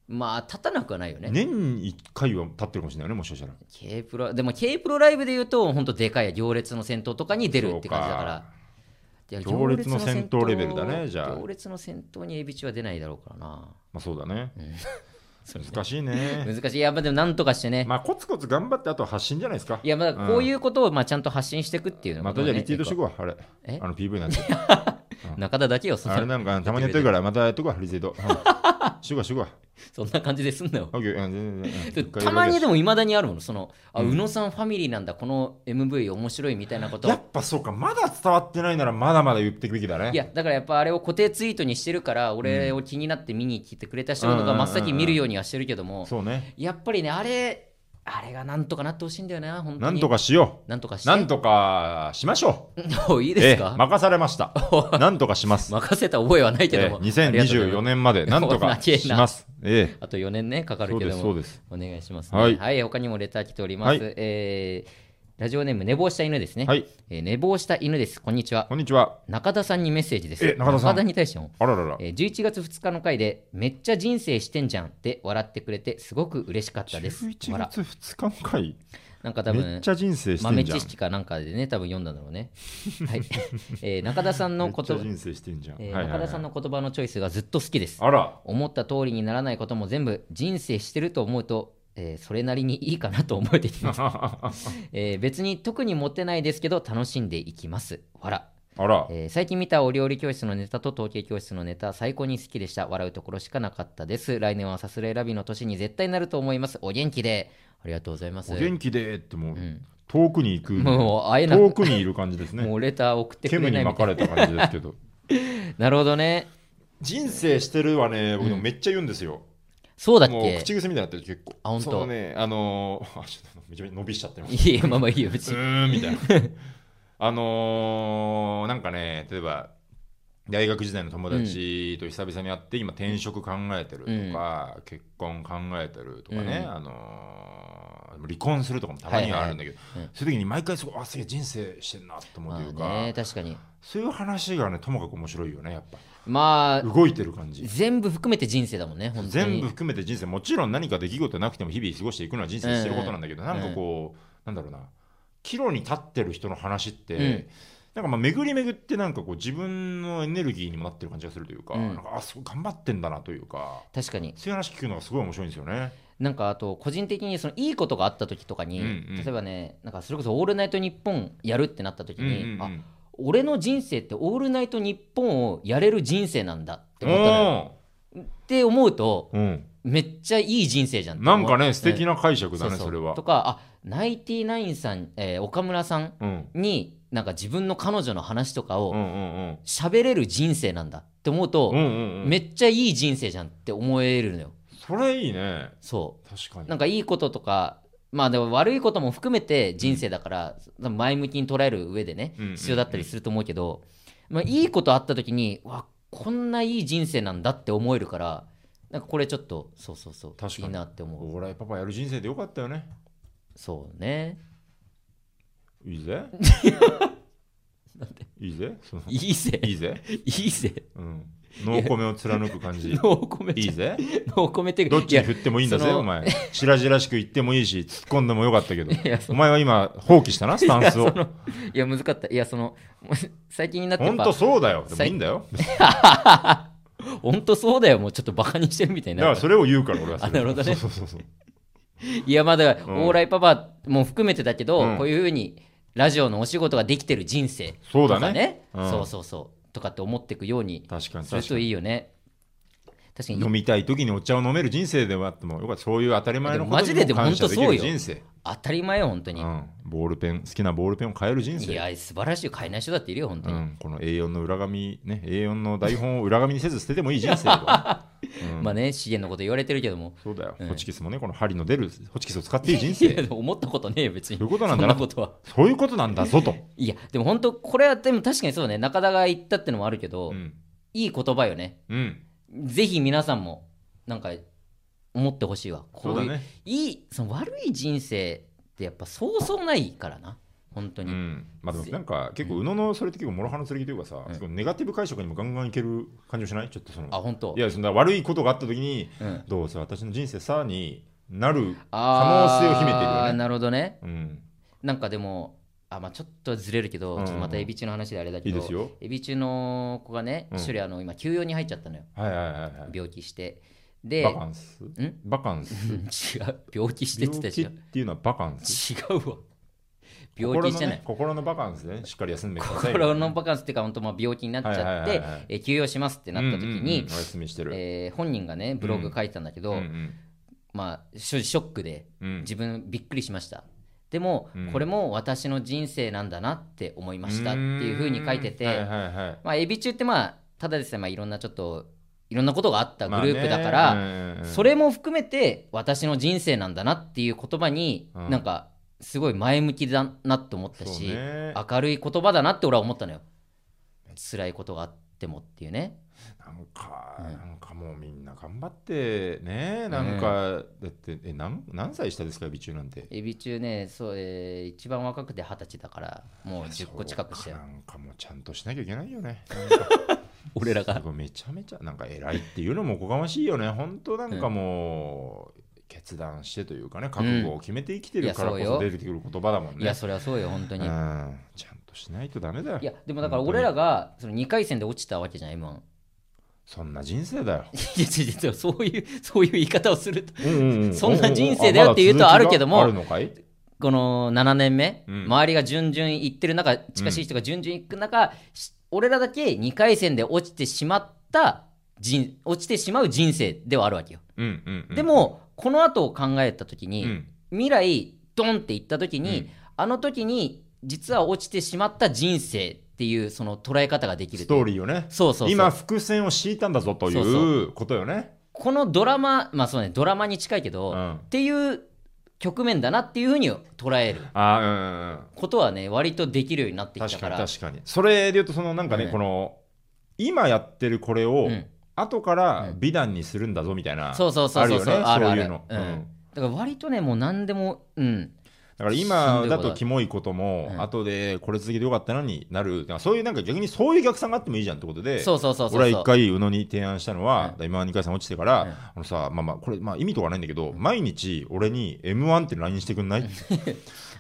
Speaker 1: まあ立たなくはないよね
Speaker 2: 年に1回は立ってるかもしれないよねもしかしたら
Speaker 1: K プロでも K プロライブで言うと本当でかい行列の先頭とかに出るって感じだからいや
Speaker 2: 行列の先頭レベルだねじゃあ
Speaker 1: 行列の先頭にエビチは出ないだろうからな
Speaker 2: まあそうだね。
Speaker 1: そうね
Speaker 2: 難しいね。
Speaker 1: 難しい。いや、まあでもなんとかしてね。
Speaker 2: まあ、コツコツ頑張って、あと発信じゃないですか。
Speaker 1: いや、まだこういうことをまあちゃんと発信していくっていうのが
Speaker 2: またじゃあリツイートしてこい、あれ
Speaker 1: え。
Speaker 2: あの PV なんて。
Speaker 1: 中田だけよ、そん
Speaker 2: あれ
Speaker 1: な
Speaker 2: なんかたまにやってるから、またやっとこう、リツイート。うんしゅうかしゅうか。
Speaker 1: そんな感じですんなよ
Speaker 2: オ。ッケーうん全然全然うん
Speaker 1: たまにでもいまだにあるもの、その、あ、宇野さんファミリーなんだ、この MV 面白いみたいなこと
Speaker 2: や。っぱそうか、まだ伝わってないなら、まだまだ言っていくべきだね。
Speaker 1: いや、だからやっぱあれを固定ツイートにしてるから、俺を気になって見に来てくれた人の方が真っ先に見るようにはしてるけども、
Speaker 2: そうね。
Speaker 1: やっぱりね、あれ、あれがなんとかなってほしいんだよな、本当に。
Speaker 2: なんとかしよ
Speaker 1: なんとかし
Speaker 2: う。
Speaker 1: て。
Speaker 2: なんとかしましょ う。
Speaker 1: おいいです
Speaker 2: え
Speaker 1: か
Speaker 2: え、任されました。なんとかします。
Speaker 1: 任せた覚えはないけ
Speaker 2: え
Speaker 1: ど
Speaker 2: え
Speaker 1: も。
Speaker 2: 2024
Speaker 1: 年。
Speaker 2: 年までなんとかします。え
Speaker 1: あと4年ね、かか
Speaker 2: え、そ
Speaker 1: る
Speaker 2: う
Speaker 1: け
Speaker 2: で
Speaker 1: ど
Speaker 2: す、
Speaker 1: も。
Speaker 2: そうです。
Speaker 1: お願いします、ね。は、
Speaker 2: はいい
Speaker 1: 他にもレター来ております。
Speaker 2: はい
Speaker 1: えーラジオネーム、寝坊した犬ですね。
Speaker 2: はい、
Speaker 1: えー寝坊した犬です。こんにちは。
Speaker 2: こんにちは。
Speaker 1: 中田さんにメッセージです。
Speaker 2: え中田さん
Speaker 1: に対しても。
Speaker 2: あららら。
Speaker 1: えー11月2日の回で、めっちゃ人生してんじゃんって笑ってくれて、すごく嬉しかったです。
Speaker 2: 11
Speaker 1: 笑
Speaker 2: 月2日の回、
Speaker 1: なんか多分
Speaker 2: めっちゃ人生して
Speaker 1: 豆
Speaker 2: んじ
Speaker 1: 知
Speaker 2: ゃん。
Speaker 1: 識かなんかでね、多分読んだんだろう ね。はい。えー中田さんの
Speaker 2: めっ
Speaker 1: 言
Speaker 2: ちゃ
Speaker 1: 葉、
Speaker 2: 人生してんじゃん。
Speaker 1: えー
Speaker 2: はいはいはい
Speaker 1: 中田さんの言葉のチョイスがずっと好きです。
Speaker 2: あら、
Speaker 1: 思った通りにならないことも全部人生してると思うと、えーそれなりにいいかなと思えてきます、えー別に特に持ってないですけど楽しんでいきます笑
Speaker 2: あら、
Speaker 1: えー最近見たお料理教室のネタと統計教室のネタ最高に好きでした笑うところしかなかったです来年はさすらい選びの年に絶対なると思いますお元気でありがとうございます
Speaker 2: お元気でってもう
Speaker 1: うん
Speaker 2: 遠くに行く、
Speaker 1: もう会えな
Speaker 2: 遠
Speaker 1: く
Speaker 2: くにいる感じですね
Speaker 1: も。うレター送ってくれ
Speaker 2: 煙
Speaker 1: な
Speaker 2: に
Speaker 1: いみた
Speaker 2: 巻か
Speaker 1: いな
Speaker 2: れた感じですけ ど。
Speaker 1: なるほどね
Speaker 2: 人生してるはね、僕で
Speaker 1: う
Speaker 2: も
Speaker 1: ん
Speaker 2: めっちゃ言うんですよ。
Speaker 1: そうだっ
Speaker 2: もう
Speaker 1: け
Speaker 2: 口癖みたいになってる結構。
Speaker 1: あ本当
Speaker 2: そのね、あのー、あちょっとめちゃめちゃ伸びしちゃってます。
Speaker 1: いやまあまあいいよ別
Speaker 2: う
Speaker 1: に
Speaker 2: ーんみたいな。 あのーなんかね、例えば、大学時代の友達と久々に会って、今転職考えてるとか、結婚考えてるとかね、
Speaker 1: うん
Speaker 2: あのー離婚するとかもたまにはあるんだけど、
Speaker 1: いはいうん
Speaker 2: そういう時に毎回すごい、あ、すげえ人生してんなと思う
Speaker 1: ま
Speaker 2: というか、
Speaker 1: あね確かに
Speaker 2: そういう話がね、ともかく面白いよね、やっぱ。
Speaker 1: まあ
Speaker 2: 動いてる感じ。
Speaker 1: 全部含めて人生だもんね本当に
Speaker 2: 全部含めて人生もちろん何か出来事なくても日々過ごしていくのは人生してることなんだけど、
Speaker 1: うん
Speaker 2: なんかこう、なんだろうな岐路に立ってる人の話って、
Speaker 1: うん
Speaker 2: なんかまあ巡り巡ってなんかこう自分のエネルギーにもなってる感じがするというか,、
Speaker 1: うん
Speaker 2: なんかあすごい頑張ってんだなというか
Speaker 1: 確かに
Speaker 2: そういう話聞くのがすごい面白いんですよね。
Speaker 1: なんかあと個人的にそのいいことがあった時とかに、
Speaker 2: うんうん
Speaker 1: 例えばねなんかそれこそ「オールナイトニッポン」やるってなった時
Speaker 2: うんうん
Speaker 1: に、
Speaker 2: うん
Speaker 1: あ俺の人生って「オールナイトニッポン」をやれる人生なんだって思ったのよって思うと
Speaker 2: おーうん
Speaker 1: めっちゃいい人生じゃん
Speaker 2: なんかね素敵
Speaker 1: な
Speaker 2: な解釈だね、それは
Speaker 1: と。かあナインティナインさん、えー岡村さん
Speaker 2: うん
Speaker 1: になんか自分の彼女の話とか
Speaker 2: う
Speaker 1: を
Speaker 2: んうんうん
Speaker 1: 喋れる人生なんだって思うと、
Speaker 2: うんうんうん
Speaker 1: めっちゃいい人生じゃんって思えるのよ
Speaker 2: それいいね
Speaker 1: そう
Speaker 2: 確かに
Speaker 1: なんかいいこととかまあでも悪いことも含めて人生だから、前向きに捉える上でね
Speaker 2: うんうんうん
Speaker 1: 必要だったりすると思うけど、まあ、いいことあった時にわこんないい人生なんだって思えるからなんかこれちょっとそうそうそう
Speaker 2: 確
Speaker 1: い
Speaker 2: かに
Speaker 1: いなって思う
Speaker 2: お笑いパパやる人生でよかったよね。
Speaker 1: そうね
Speaker 2: いい ぜ。いい ぜ。その
Speaker 1: いいぜ
Speaker 2: いいぜ。
Speaker 1: いいぜ
Speaker 2: うん。ノーコメを貫く感 じ。い
Speaker 1: ノーコメント
Speaker 2: い ぜ。
Speaker 1: ノーコメント
Speaker 2: どっち
Speaker 1: い
Speaker 2: に
Speaker 1: や
Speaker 2: 振ってもいいんだ
Speaker 1: い
Speaker 2: ぜ、
Speaker 1: やその
Speaker 2: お 前。白々しく言ってもいいし、突っ込んでもよかったけど
Speaker 1: いや。そ
Speaker 2: お前は今、放棄 したな、スタンスを。
Speaker 1: いや難かったいやそのもう最近になって
Speaker 2: ほんとそうだよ。でもいいんだよ。
Speaker 1: 本当そうだよもうちょっとバカにしてるみたいに
Speaker 2: だ
Speaker 1: な
Speaker 2: から
Speaker 1: る
Speaker 2: それを言うから、俺はそれ。
Speaker 1: あなるほどね
Speaker 2: そうそうそうそう。
Speaker 1: いやまだ、
Speaker 2: ん
Speaker 1: オーライパパも含めてだけど、
Speaker 2: うん
Speaker 1: こういうふうにラジオのお仕事ができてる人生
Speaker 2: そう
Speaker 1: と
Speaker 2: だ
Speaker 1: か
Speaker 2: ね。
Speaker 1: ね
Speaker 2: うん
Speaker 1: そうそうそうとかって思っていくように
Speaker 2: 確かに
Speaker 1: する
Speaker 2: 確
Speaker 1: と
Speaker 2: か
Speaker 1: い
Speaker 2: に。
Speaker 1: いよね確かに
Speaker 2: 飲みたい時にお茶を飲める人生ではあってもよかった。そういう当たり前のこと
Speaker 1: マジでで
Speaker 2: に
Speaker 1: も
Speaker 2: も感謝でき
Speaker 1: ほん
Speaker 2: る
Speaker 1: とそうよ
Speaker 2: 人生。
Speaker 1: 当たり前よ本当に、
Speaker 2: うん。ボールペン、好きなボールペンを変える人
Speaker 1: い
Speaker 2: 生。
Speaker 1: や素晴らしい買えない人だっているよ本当
Speaker 2: う
Speaker 1: に、
Speaker 2: ん、この A4 の裏紙、ね、A4 の台本を裏紙にせず捨ててもいい人生だよ、 うん
Speaker 1: まあね資源のこと言われてるけども
Speaker 2: そうだよ、
Speaker 1: うん
Speaker 2: ホチキスもね、この針の出るホチキスを使っていい人
Speaker 1: いや
Speaker 2: 生。
Speaker 1: 思ったことねえよ別に
Speaker 2: そういうことなんだな
Speaker 1: そんなことは
Speaker 2: そういうことなんだぞと。
Speaker 1: いやでも本当これはでも確かにそうね中田が言ったってのもあるけど、
Speaker 2: うん。
Speaker 1: いい言葉よね
Speaker 2: うん。
Speaker 1: ぜひ皆さんもなんか思ってほしいわこ
Speaker 2: そうう
Speaker 1: い
Speaker 2: だ
Speaker 1: う
Speaker 2: ね。
Speaker 1: いいその悪い人生ってやっぱそうそうないからな本当
Speaker 2: う
Speaker 1: に、
Speaker 2: ん。まあでもなんか、結構、宇野のそれって結構、諸刃の剣というかさ、
Speaker 1: うん
Speaker 2: すごいネガティブ解釈にもガンガンいける感じもしないちょっとその
Speaker 1: あ。本当
Speaker 2: いや、そんな悪いことがあったときに、
Speaker 1: うん、
Speaker 2: どうせ私の人生さになる
Speaker 1: あ
Speaker 2: 可能性
Speaker 1: ー
Speaker 2: を秘めているよね
Speaker 1: なるほどね
Speaker 2: うん。
Speaker 1: なんかでもあ、まあ、ちょっとずれるけど、
Speaker 2: うんうんうん
Speaker 1: ちょっとまたエビ中の話であれだけ
Speaker 2: いい
Speaker 1: ど
Speaker 2: ですよ。
Speaker 1: エビ中の子がね
Speaker 2: うん
Speaker 1: 一人あの今休養に入っちゃったのよ、
Speaker 2: はいはいはいはい。
Speaker 1: 病気してで
Speaker 2: バカンス
Speaker 1: ん
Speaker 2: バカンス
Speaker 1: うん違う病気してって
Speaker 2: 病
Speaker 1: 言っ
Speaker 2: 気
Speaker 1: て
Speaker 2: っ
Speaker 1: 違
Speaker 2: ていうのはバカンス
Speaker 1: う違うわ病気じゃない
Speaker 2: 心の,、ね、心のバカンスで、ね、しっかり休んでください
Speaker 1: 心のバカンスっていうか本当まあ病気になっち
Speaker 2: はい
Speaker 1: ゃっ
Speaker 2: はい
Speaker 1: て
Speaker 2: はいはい
Speaker 1: えー休養しますってなった時に
Speaker 2: うんうんうんお休みしてる、
Speaker 1: えー本人がねブログ書いてたんだけど
Speaker 2: うん
Speaker 1: まあショショックで
Speaker 2: うんうん
Speaker 1: 自分びっくりしましたでも
Speaker 2: うん
Speaker 1: これも私の人生なんだなって思いましたっていうふうに書いて
Speaker 2: うーんはい
Speaker 1: て
Speaker 2: はいはい
Speaker 1: まあエビ中ってまあただでさえまあいろんなちょっといろんなことがあったグループだから、
Speaker 2: まあねうん
Speaker 1: それも含めて私の人生なんだなっていう言葉に、
Speaker 2: うん
Speaker 1: なんかすごい前向きだなと思った
Speaker 2: そう
Speaker 1: し、
Speaker 2: ね
Speaker 1: 明るい言葉だなって俺は思ったのよ辛いことがあってもっていうね
Speaker 2: なん
Speaker 1: う
Speaker 2: か、
Speaker 1: ん
Speaker 2: なんかもうみんな頑張ってねなんか、だってえなん何歳下ですか美中なんて
Speaker 1: エビ中ねそう、えー一番若くて二十歳だからもう10個近くして
Speaker 2: そ
Speaker 1: る
Speaker 2: うかなんかもうちゃんとしなきゃいけないよねなんか
Speaker 1: 俺ら
Speaker 2: す
Speaker 1: が
Speaker 2: ごいめちゃめちゃなんか偉いっていうのもおこがましいよね本当なんかもう、決断してというかね覚悟を決めて生きてるからこ
Speaker 1: いやそ
Speaker 2: そう
Speaker 1: よ
Speaker 2: 出てくる言葉だもんね
Speaker 1: いやそれはそうよ本当
Speaker 2: うん
Speaker 1: に、
Speaker 2: ち
Speaker 1: い
Speaker 2: ゃんとしないとダメだよ
Speaker 1: やでもだから俺らがその2回戦で落ちたわけじゃん M1
Speaker 2: そんな人生だよ
Speaker 1: いや違う違うそういうそういう言い方をすると
Speaker 2: うんうんうん
Speaker 1: そんな人生だよって言うとあるけども
Speaker 2: あまだ続きがあるのかい
Speaker 1: この7年目、
Speaker 2: うん
Speaker 1: 周りが順々行ってる中近しい人が順々行く中、し俺らだけ2回戦で落ちてしまった人落ちてしまう人生ではあるわけよ、
Speaker 2: うんうんうん
Speaker 1: でもこの後を考えた時
Speaker 2: う
Speaker 1: に、
Speaker 2: ん
Speaker 1: 未来ドンって行った時に、
Speaker 2: うん
Speaker 1: あの時に実は落ちてしまった人生っていうその捉え方ができる
Speaker 2: ストー
Speaker 1: リー
Speaker 2: リーよね
Speaker 1: そうそうそう
Speaker 2: 今伏線を敷いたんだぞとい
Speaker 1: そう
Speaker 2: うことよね
Speaker 1: このドラマまあそうねドラマに近いけど、
Speaker 2: うん
Speaker 1: っ
Speaker 2: あ
Speaker 1: ていう局面だなっていうふうに捉える
Speaker 2: ーうんうんうん
Speaker 1: ことはね割とできるようになってきたか
Speaker 2: 確からに確かにそれで言うとそのなんかね、
Speaker 1: うん
Speaker 2: この今やってるこれを、
Speaker 1: うん
Speaker 2: 後から
Speaker 1: うん
Speaker 2: 美談にするんだぞみたいな、
Speaker 1: そうそうそうそうそう
Speaker 2: あるよね
Speaker 1: あるある
Speaker 2: そういうの、
Speaker 1: うん
Speaker 2: うん
Speaker 1: だから割とねもう何でもうん
Speaker 2: だから
Speaker 1: し
Speaker 2: 今
Speaker 1: んどい
Speaker 2: だ
Speaker 1: ことだ
Speaker 2: とキモいことも、
Speaker 1: うん
Speaker 2: 後でこれ続けてよかったなになるだからそういうなんか逆にそういう逆算があってもいいじゃんってことで
Speaker 1: そうそうそうそう
Speaker 2: 俺は一回宇野に提案したのは、
Speaker 1: う
Speaker 2: 今2回戦落ちてか
Speaker 1: うん
Speaker 2: ら、あのさまあまあこれまあ意味とかないんだけど、毎日俺に M1 って LINE してくんない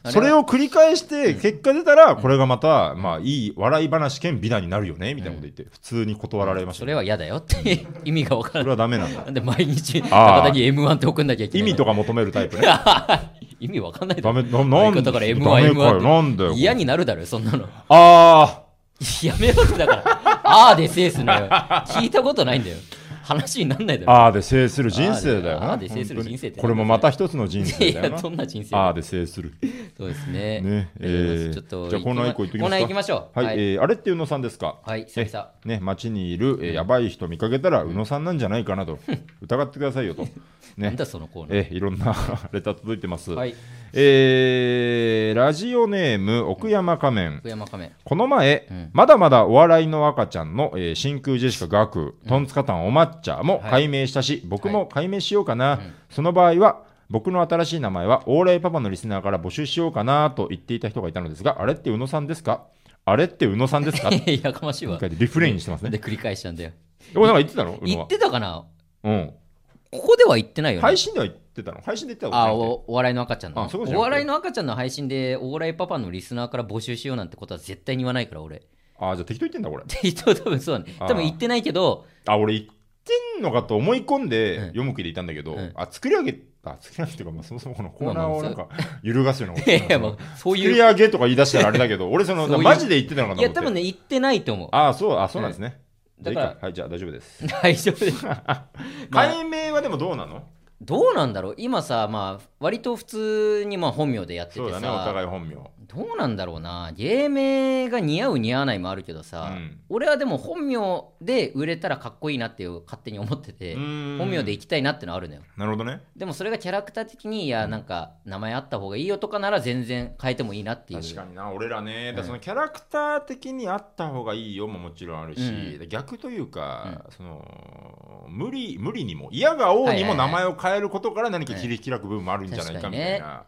Speaker 2: それを繰り返して結果出たら、これがまた、まあいい笑い話兼美談になるよねみたいなこと言って、普通に断られまし
Speaker 1: そ
Speaker 2: たよ、
Speaker 1: れは嫌だよって意味が分か
Speaker 2: そ
Speaker 1: ら ない
Speaker 2: れはダメなんだ
Speaker 1: なんで毎日
Speaker 2: あー
Speaker 1: 高木 M1 って送んなきゃいけ
Speaker 2: 意
Speaker 1: ない
Speaker 2: 味と
Speaker 1: か
Speaker 2: か求めるタイプね
Speaker 1: 意味分かんないだ
Speaker 2: ダ
Speaker 1: ろ
Speaker 2: メななん
Speaker 1: 相方から M1
Speaker 2: ダメか
Speaker 1: M1
Speaker 2: よなんだよ
Speaker 1: 嫌になるだろそんなの
Speaker 2: あ
Speaker 1: やめろってだからああで制すのよ聞いたことないんだよ話になんないだ
Speaker 2: ー
Speaker 1: ろ
Speaker 2: あーで制する人生だよな
Speaker 1: あーで制する人生って
Speaker 2: 本当にこれもまた一つの人生
Speaker 1: い
Speaker 2: だよ
Speaker 1: や
Speaker 2: な
Speaker 1: どんな人生
Speaker 2: あ
Speaker 1: だ
Speaker 2: ーで制する
Speaker 1: そうですね
Speaker 2: ね
Speaker 1: ありがとうございます
Speaker 2: えー
Speaker 1: ちょっと
Speaker 2: じゃあコーナー一個行っときますか
Speaker 1: コーナー行きましょう
Speaker 2: はい、
Speaker 1: はい
Speaker 2: えーあれって宇野さんですか
Speaker 1: はい久々
Speaker 2: ね、街にいる、えーやばい人見かけたら、宇野さんなんじゃないかなと、疑ってくださいよと、
Speaker 1: なん
Speaker 2: ね
Speaker 1: だそのコーナー
Speaker 2: えーいろんな レター届いてます、
Speaker 1: はい
Speaker 2: えーラジオネーム、奥山仮面
Speaker 1: 福、山仮面
Speaker 2: この前、
Speaker 1: うん
Speaker 2: まだまだお笑いの赤ちゃんの、えー真空ジェシカガク、トンツカタンお抹茶も
Speaker 1: はい
Speaker 2: 解明したし、僕も解明しようかな、
Speaker 1: ん
Speaker 2: その場合は、僕の新しい名前は、オーライパパのリスナーから募集しようかなと言っていた人がいたのですが、あれって宇野さんですかあれって宇野さんですかって
Speaker 1: やかま しいわ
Speaker 2: 書いてリフレインしてます
Speaker 1: なん
Speaker 2: ね。
Speaker 1: で繰り返したんだよ
Speaker 2: おなんか言ってたの宇野
Speaker 1: 言っ
Speaker 2: は。
Speaker 1: てたかな
Speaker 2: うん。
Speaker 1: ここでは言ってないよね、
Speaker 2: 配信では言ってたの配信で言ってた
Speaker 1: あ
Speaker 2: の
Speaker 1: おお笑いの赤ちゃんの
Speaker 2: あそうじゃなくて
Speaker 1: お笑いの赤ちゃんの配信でお笑いパパのリスナーから募集しようなんてことは絶対に言わないから俺
Speaker 2: あ、じゃあ適当言ってんだ、これ。
Speaker 1: 適当多分そうだね
Speaker 2: あー
Speaker 1: 多分言ってないけど
Speaker 2: あ、俺言ってんのかと思い込んで
Speaker 1: うん
Speaker 2: 読む気でいたんだけど、
Speaker 1: うん
Speaker 2: あ、作り上げ、あ、作り上げっていうか、まあ、そもそもこのコーナーをなんか 揺るがすようなこ
Speaker 1: い
Speaker 2: と。
Speaker 1: やいやもうそう
Speaker 2: 作り
Speaker 1: いう
Speaker 2: 上げとか言い出したらあれだけど、俺その、
Speaker 1: そういう
Speaker 2: マジで言ってたのか
Speaker 1: い
Speaker 2: と思
Speaker 1: や
Speaker 2: って。
Speaker 1: 多分ね言ってないと思う
Speaker 2: あ、そう、あ、そうなんですね。
Speaker 1: ん
Speaker 2: じゃあいい
Speaker 1: だから
Speaker 2: かはい、じゃあ大丈夫です。
Speaker 1: 大丈夫です、 まあ、
Speaker 2: 解明はでもどうなの
Speaker 1: どうなんだろう今さまあ割と普通にまあ本名でやって
Speaker 2: そう
Speaker 1: てさ
Speaker 2: だね、お互い本名。
Speaker 1: どうなんだろうな芸名が似合う似合わないもあるけどさ、
Speaker 2: うん
Speaker 1: 俺はでも本名で売れたらかっこいいなっていう勝手に思ってて
Speaker 2: 本
Speaker 1: 本名でいきたいなってのはあるのよ
Speaker 2: なるほどね。
Speaker 1: でもそれがキャラクター的にいやなんか名前あった方がいいよとかなら全然変えてもいいなっていう
Speaker 2: 確かにな俺らね、だからそのキャラクター的にあった方がいいよももちろんあるし、逆というか、その無理無理にも嫌が王にも名前を変えることから何か切り開く部分もあるんじゃないかみたいな、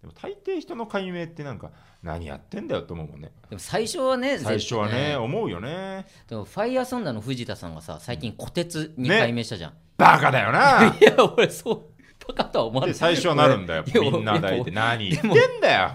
Speaker 2: でも大抵人の解明ってなんか何やってんだよと思うもんね
Speaker 1: でも最初はね
Speaker 2: 最初は
Speaker 1: 絶
Speaker 2: ね、
Speaker 1: 対
Speaker 2: 思うよね
Speaker 1: でもファイヤーサンダーの藤田さんがさ最近虎鉄に改名したじゃん、
Speaker 2: バカだよな
Speaker 1: いや俺そうバカとは思わな
Speaker 2: で
Speaker 1: い
Speaker 2: 最初はなるんだよ
Speaker 1: いや
Speaker 2: みんな抱いて
Speaker 1: い
Speaker 2: 何言ってん
Speaker 1: も
Speaker 2: だよ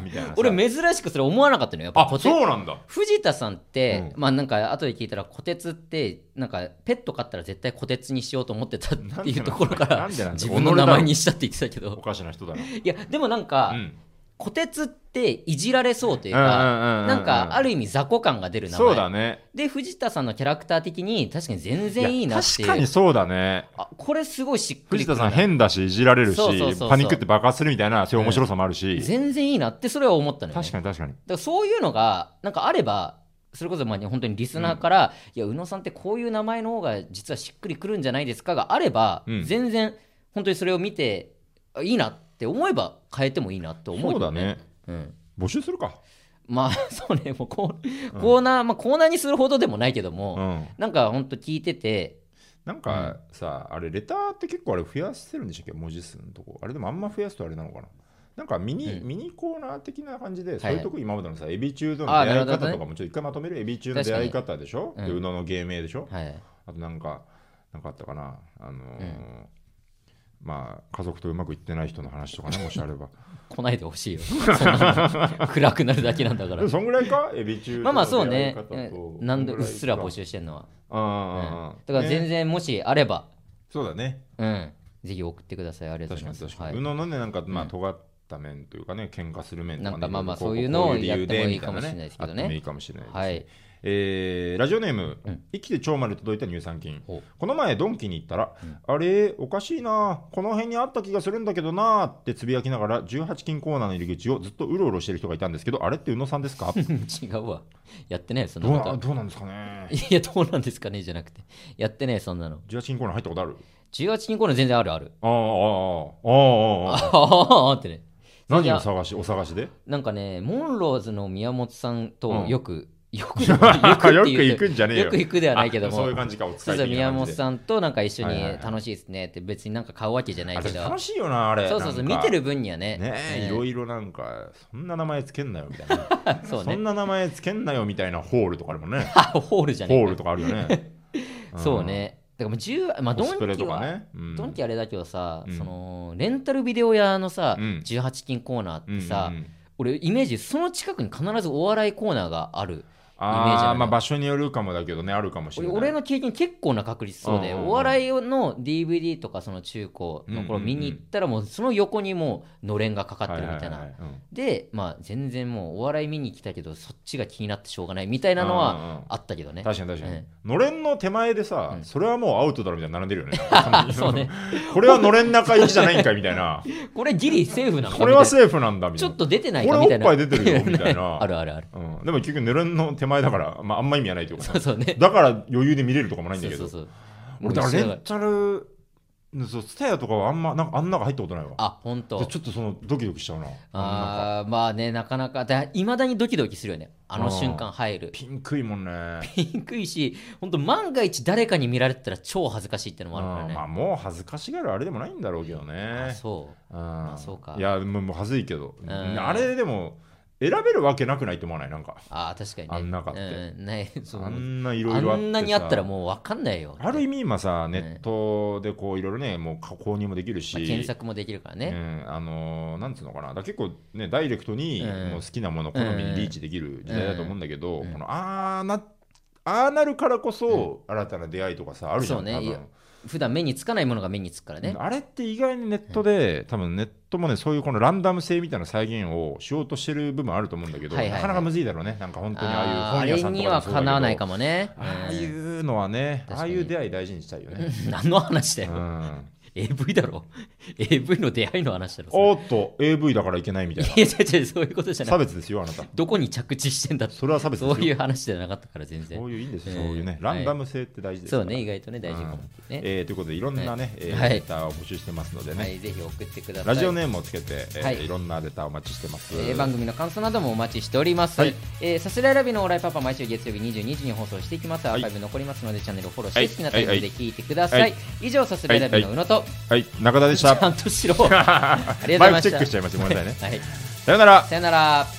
Speaker 2: みたいなさ
Speaker 1: 俺珍しくそれ思わなかったのよやっぱ
Speaker 2: あ
Speaker 1: 小手
Speaker 2: そうなんだ
Speaker 1: 藤田さんって、
Speaker 2: う
Speaker 1: まあなんか後で聞いたら虎鉄ってなんかペット飼ったら絶対虎鉄にしようと思ってたっていうところか
Speaker 2: な
Speaker 1: ら
Speaker 2: んでなんだ
Speaker 1: 自分の名前にしたって言ってたけ
Speaker 2: お
Speaker 1: ど
Speaker 2: かしな人だな、
Speaker 1: いやでもなんか、
Speaker 2: うん
Speaker 1: 虎鉄っていじられそうという
Speaker 2: う
Speaker 1: か、
Speaker 2: んうんうんうん
Speaker 1: なんかある意味雑魚感が出る名前
Speaker 2: そうだね
Speaker 1: で藤田さんのキャラクター的に確かに全然いいなってい
Speaker 2: や
Speaker 1: う
Speaker 2: 確かにそうだね
Speaker 1: あこれすごいしっくり
Speaker 2: 藤
Speaker 1: くる
Speaker 2: 田さ
Speaker 1: なん
Speaker 2: 変だしいじられるし
Speaker 1: そうそうそうそう
Speaker 2: パニックって爆発するみたいなそういう面白さもあるし、
Speaker 1: 全然いいなってそれは思ったのよ、ね、
Speaker 2: 確かに確かに
Speaker 1: だからそういうのがなんかあればそれこそまあ本当にリスナーから、いや宇野さんってこういう名前の方が実はしっくりくるんじゃないですかがあれば、
Speaker 2: うん
Speaker 1: 全然本当にそれを見てあいいなって思えば変えてもいいなって思う
Speaker 2: そう
Speaker 1: よ
Speaker 2: だね
Speaker 1: うん
Speaker 2: 募集するか
Speaker 1: まあ そうねもうコーコーナー、まあ、コーナーにするほどでもないけども、
Speaker 2: うん
Speaker 1: なんか本当聞いてて
Speaker 2: なんかさ、あれレターって結構あれ増やせるんでしたっけ文字数のとこあれでもあんま増やすとあれなのかななんかミニ、
Speaker 1: うん
Speaker 2: ミニコーナー的な感じで、
Speaker 1: い
Speaker 2: そういうとこ今までのさエビ中との
Speaker 1: あー
Speaker 2: 出会
Speaker 1: な
Speaker 2: い
Speaker 1: る
Speaker 2: 方
Speaker 1: ほどね
Speaker 2: とかもちょっと一回まとめるエビ中の出会い方でしょ
Speaker 1: 確かに
Speaker 2: で
Speaker 1: うん
Speaker 2: 宇野の芸名でしょ、
Speaker 1: はい
Speaker 2: あとなんかなんかあったかなあのーまあ家族とうまくいってない人の話とかねもしあれば
Speaker 1: 来ないでほ しいよそんなの暗くなるだけなんだか
Speaker 2: で
Speaker 1: ら
Speaker 2: もそんぐらいかエビ中
Speaker 1: まあまあそうね
Speaker 2: うん
Speaker 1: なんでうっすら募集してるのは、
Speaker 2: ああ、
Speaker 1: だから全
Speaker 2: ね
Speaker 1: 然もしあれば、
Speaker 2: そうだね
Speaker 1: うん、ぜひ送ってください。ありがとうご
Speaker 2: 確
Speaker 1: ざい
Speaker 2: か
Speaker 1: ま
Speaker 2: に
Speaker 1: す。
Speaker 2: 確かに、宇
Speaker 1: は
Speaker 2: 野のねなんかまあ
Speaker 1: うん
Speaker 2: 尖った面というかね喧嘩する面とか、
Speaker 1: な
Speaker 2: ね、
Speaker 1: んかまあまあ
Speaker 2: ここ
Speaker 1: そういうのを
Speaker 2: こう理由で
Speaker 1: やってもいい
Speaker 2: みた
Speaker 1: かもしれないですけどね
Speaker 2: あってもいいかもしれないですね
Speaker 1: い。はい。
Speaker 2: えーラジオネーム、
Speaker 1: うん
Speaker 2: 生きて超丸届いた乳酸菌
Speaker 1: ほ
Speaker 2: この前ドンキに行ったら、
Speaker 1: うん
Speaker 2: あれおかしいなこの辺にあった気がするんだけどなってつぶやきながら18金コーナーの入り口をずっとうろうろしてる人がいたんですけどあれって宇野さんで すか
Speaker 1: う違うわ。やってないよ、そん
Speaker 2: ど
Speaker 1: な
Speaker 2: う
Speaker 1: こ
Speaker 2: な
Speaker 1: と。
Speaker 2: どうなんですかね
Speaker 1: いや、どうなんですかねじゃなくて。やってない、そんなの。
Speaker 2: 18金コーナー入ったことある
Speaker 1: 18人頃全然あるあ る。
Speaker 2: あああああああああああ
Speaker 1: ああってね。
Speaker 2: 何を探しお探しで
Speaker 1: なんかね、モンローズの宮本さんと
Speaker 2: うん
Speaker 1: よく、よく、
Speaker 2: よく
Speaker 1: って言う
Speaker 2: 行
Speaker 1: と
Speaker 2: くんじゃねえよ
Speaker 1: よく行くではないけども
Speaker 2: あそういう感じかお使
Speaker 1: そう
Speaker 2: い
Speaker 1: そう
Speaker 2: 的な
Speaker 1: 宮
Speaker 2: 感
Speaker 1: 本
Speaker 2: じで
Speaker 1: さんとなんか一緒
Speaker 2: はい
Speaker 1: に
Speaker 2: はいはい
Speaker 1: 楽しいですねって別になんか買うわけじゃない
Speaker 2: あ
Speaker 1: け
Speaker 2: れ
Speaker 1: ど
Speaker 2: 楽しいよなあれ
Speaker 1: そうそうそう
Speaker 2: な
Speaker 1: 見
Speaker 2: んか
Speaker 1: てる分にはね
Speaker 2: ねえ、いろいろなんかそんな名前つけんなよみたいな
Speaker 1: そう
Speaker 2: そ
Speaker 1: ね
Speaker 2: んな名前つけんなよみたいなホールとかあるも んね
Speaker 1: あホールじゃねえ
Speaker 2: ホ
Speaker 1: か
Speaker 2: ールとかあるよね
Speaker 1: そうね。だからもう10、まあ、
Speaker 2: うんコ
Speaker 1: ド
Speaker 2: スプレ
Speaker 1: ンキ
Speaker 2: と
Speaker 1: は、
Speaker 2: かねうん
Speaker 1: ドンキあれだけどさ、
Speaker 2: うん
Speaker 1: そのレンタルビデオ屋のさ、
Speaker 2: うん
Speaker 1: 18金コーナーってさ、
Speaker 2: うんうんうん
Speaker 1: 俺イメージその近くに必ずお笑いコーナーがあるイメージあ
Speaker 2: ああ
Speaker 1: る
Speaker 2: まあ場所によるかもだけどねあるかもしれ
Speaker 1: 俺
Speaker 2: ない
Speaker 1: 俺の経験結構な確率そうで、
Speaker 2: うんうんうん
Speaker 1: お笑いの DVD とかその中高の
Speaker 2: うんうんう
Speaker 1: 頃
Speaker 2: ん
Speaker 1: 見に行ったらもうその横にもうのれんがかかってるみたいな、
Speaker 2: はははうん
Speaker 1: でまあ全然もうお笑い見に来たけどそっちが気になってしょうがないみたいなのは
Speaker 2: うんうんうん
Speaker 1: あったけどね、
Speaker 2: 確かに確かに、
Speaker 1: え
Speaker 2: のれんの手前でさ、
Speaker 1: うん
Speaker 2: それはもうアウトだろみたいな並んでるよ ね
Speaker 1: そうね
Speaker 2: これはのれん中行きじゃないんかみた いな
Speaker 1: これギリセーフなのか
Speaker 2: これは
Speaker 1: みたい
Speaker 2: セーフなんだ
Speaker 1: な
Speaker 2: み
Speaker 1: ち
Speaker 2: たい
Speaker 1: ょ
Speaker 2: な
Speaker 1: っと出てないかみたいな
Speaker 2: これおっぱい出てるよみたい な
Speaker 1: あるあるある
Speaker 2: うん、でも結局ぬれんの手前だから、まあ、あんま意味はないというか
Speaker 1: そうそうね。
Speaker 2: だから余裕で見れるとかもないん
Speaker 1: そ
Speaker 2: だ
Speaker 1: う
Speaker 2: け
Speaker 1: そ
Speaker 2: ど
Speaker 1: うそう。
Speaker 2: 俺だから
Speaker 1: もう
Speaker 2: レ
Speaker 1: 一緒
Speaker 2: ンタルそうスタヤとかはあんまなんかあん中入ったことないわ
Speaker 1: あ、本当。
Speaker 2: でちょっとそのドキドキしちゃうなあん中
Speaker 1: あーまあね、なかなか、いまだにドキドキするよね。あの瞬間入る。
Speaker 2: ピンクいもんね
Speaker 1: ピンクいし、本当万が一誰かに見られてたら超恥ずかしいってのもある
Speaker 2: う
Speaker 1: か
Speaker 2: んま
Speaker 1: ら
Speaker 2: あ
Speaker 1: ね。
Speaker 2: もう恥ずかしがるあれでもないんだろうけど
Speaker 1: あ、
Speaker 2: ね
Speaker 1: そう。
Speaker 2: あ
Speaker 1: あそうか
Speaker 2: いやもうもう恥ずいけど、
Speaker 1: ん
Speaker 2: あれでも選べるわけなくないと思わないなんか
Speaker 1: あー確かにね。
Speaker 2: あん中って
Speaker 1: うん、ない、そう。
Speaker 2: あ
Speaker 1: あ
Speaker 2: んないろいろあってさ
Speaker 1: んなにあったらもう分かんないよ。
Speaker 2: ある意味今さネ
Speaker 1: ね
Speaker 2: ットでこういろいろねもう購入もできるし、
Speaker 1: まあ検索もできるからね。
Speaker 2: うん、あのーなんつうのかなだから結構ねダイレクトに
Speaker 1: うん
Speaker 2: もう好きなもの好みにリーチできる時代だと思うんだけど、
Speaker 1: うん
Speaker 2: このああなああなるからこそ新たな出会いとかさあるじゃん、
Speaker 1: そうね
Speaker 2: 多
Speaker 1: い
Speaker 2: 分
Speaker 1: や普段目につかないものが目につくからね。
Speaker 2: あれって意外にネットで、多分ネットもねそういうこのランダム性みたいな再現をしようとしてる部分あると思うんだけど、
Speaker 1: はいはいはい
Speaker 2: なかなかむずいだろうねなんか本当にあ
Speaker 1: あ
Speaker 2: あ
Speaker 1: ー
Speaker 2: いう本屋さんと
Speaker 1: に
Speaker 2: か
Speaker 1: はかなわないか
Speaker 2: も
Speaker 1: もね。
Speaker 2: ああい
Speaker 1: うん
Speaker 2: うのはね
Speaker 1: 確
Speaker 2: あ
Speaker 1: か
Speaker 2: あ
Speaker 1: に
Speaker 2: いう出会い大事にしたいよね、
Speaker 1: 何の話だ
Speaker 2: う
Speaker 1: よ。
Speaker 2: ん、
Speaker 1: AV だろ AV の出会いの話だろそれ
Speaker 2: おーっと AV だからいけないみたい
Speaker 1: いや違う違う そういうことじゃ
Speaker 2: な
Speaker 1: な
Speaker 2: 差
Speaker 1: い
Speaker 2: 別ですよあなた
Speaker 1: どこに着地してんだって
Speaker 2: それは差別です
Speaker 1: そ
Speaker 2: よ
Speaker 1: ういう話じゃなかったから全然
Speaker 2: そういういいんですよ、
Speaker 1: えー
Speaker 2: そういうね、
Speaker 1: はい
Speaker 2: ランダム性って大事です
Speaker 1: そ
Speaker 2: から
Speaker 1: うね意外とね大事かもね、
Speaker 2: えーということで、いろんなね、
Speaker 1: はい
Speaker 2: えー
Speaker 1: はい
Speaker 2: レターを募集してますのでね、
Speaker 1: はいぜひ送ってください
Speaker 2: ラジオネームをつけて、えー
Speaker 1: はい
Speaker 2: い、ろんなレターをお待ちしてます。
Speaker 1: えー番組の感想などもお待ちしております、
Speaker 2: はい
Speaker 1: えーさすらいラビのオーライパパ毎週月曜日22時に放送していきますア
Speaker 2: はい
Speaker 1: ーカイブ残りますのでチャンネルをフォローし
Speaker 2: は
Speaker 1: て
Speaker 2: い
Speaker 1: 好きなタイミングで聞いてください、
Speaker 2: はい
Speaker 1: 以上さすらいラビの宇野と、
Speaker 2: はい、中田でした。
Speaker 1: ちゃんとしろありがとうございました
Speaker 2: マイクチェックしちゃいましたごめんなさいね
Speaker 1: はい、
Speaker 2: さよなら。
Speaker 1: さよなら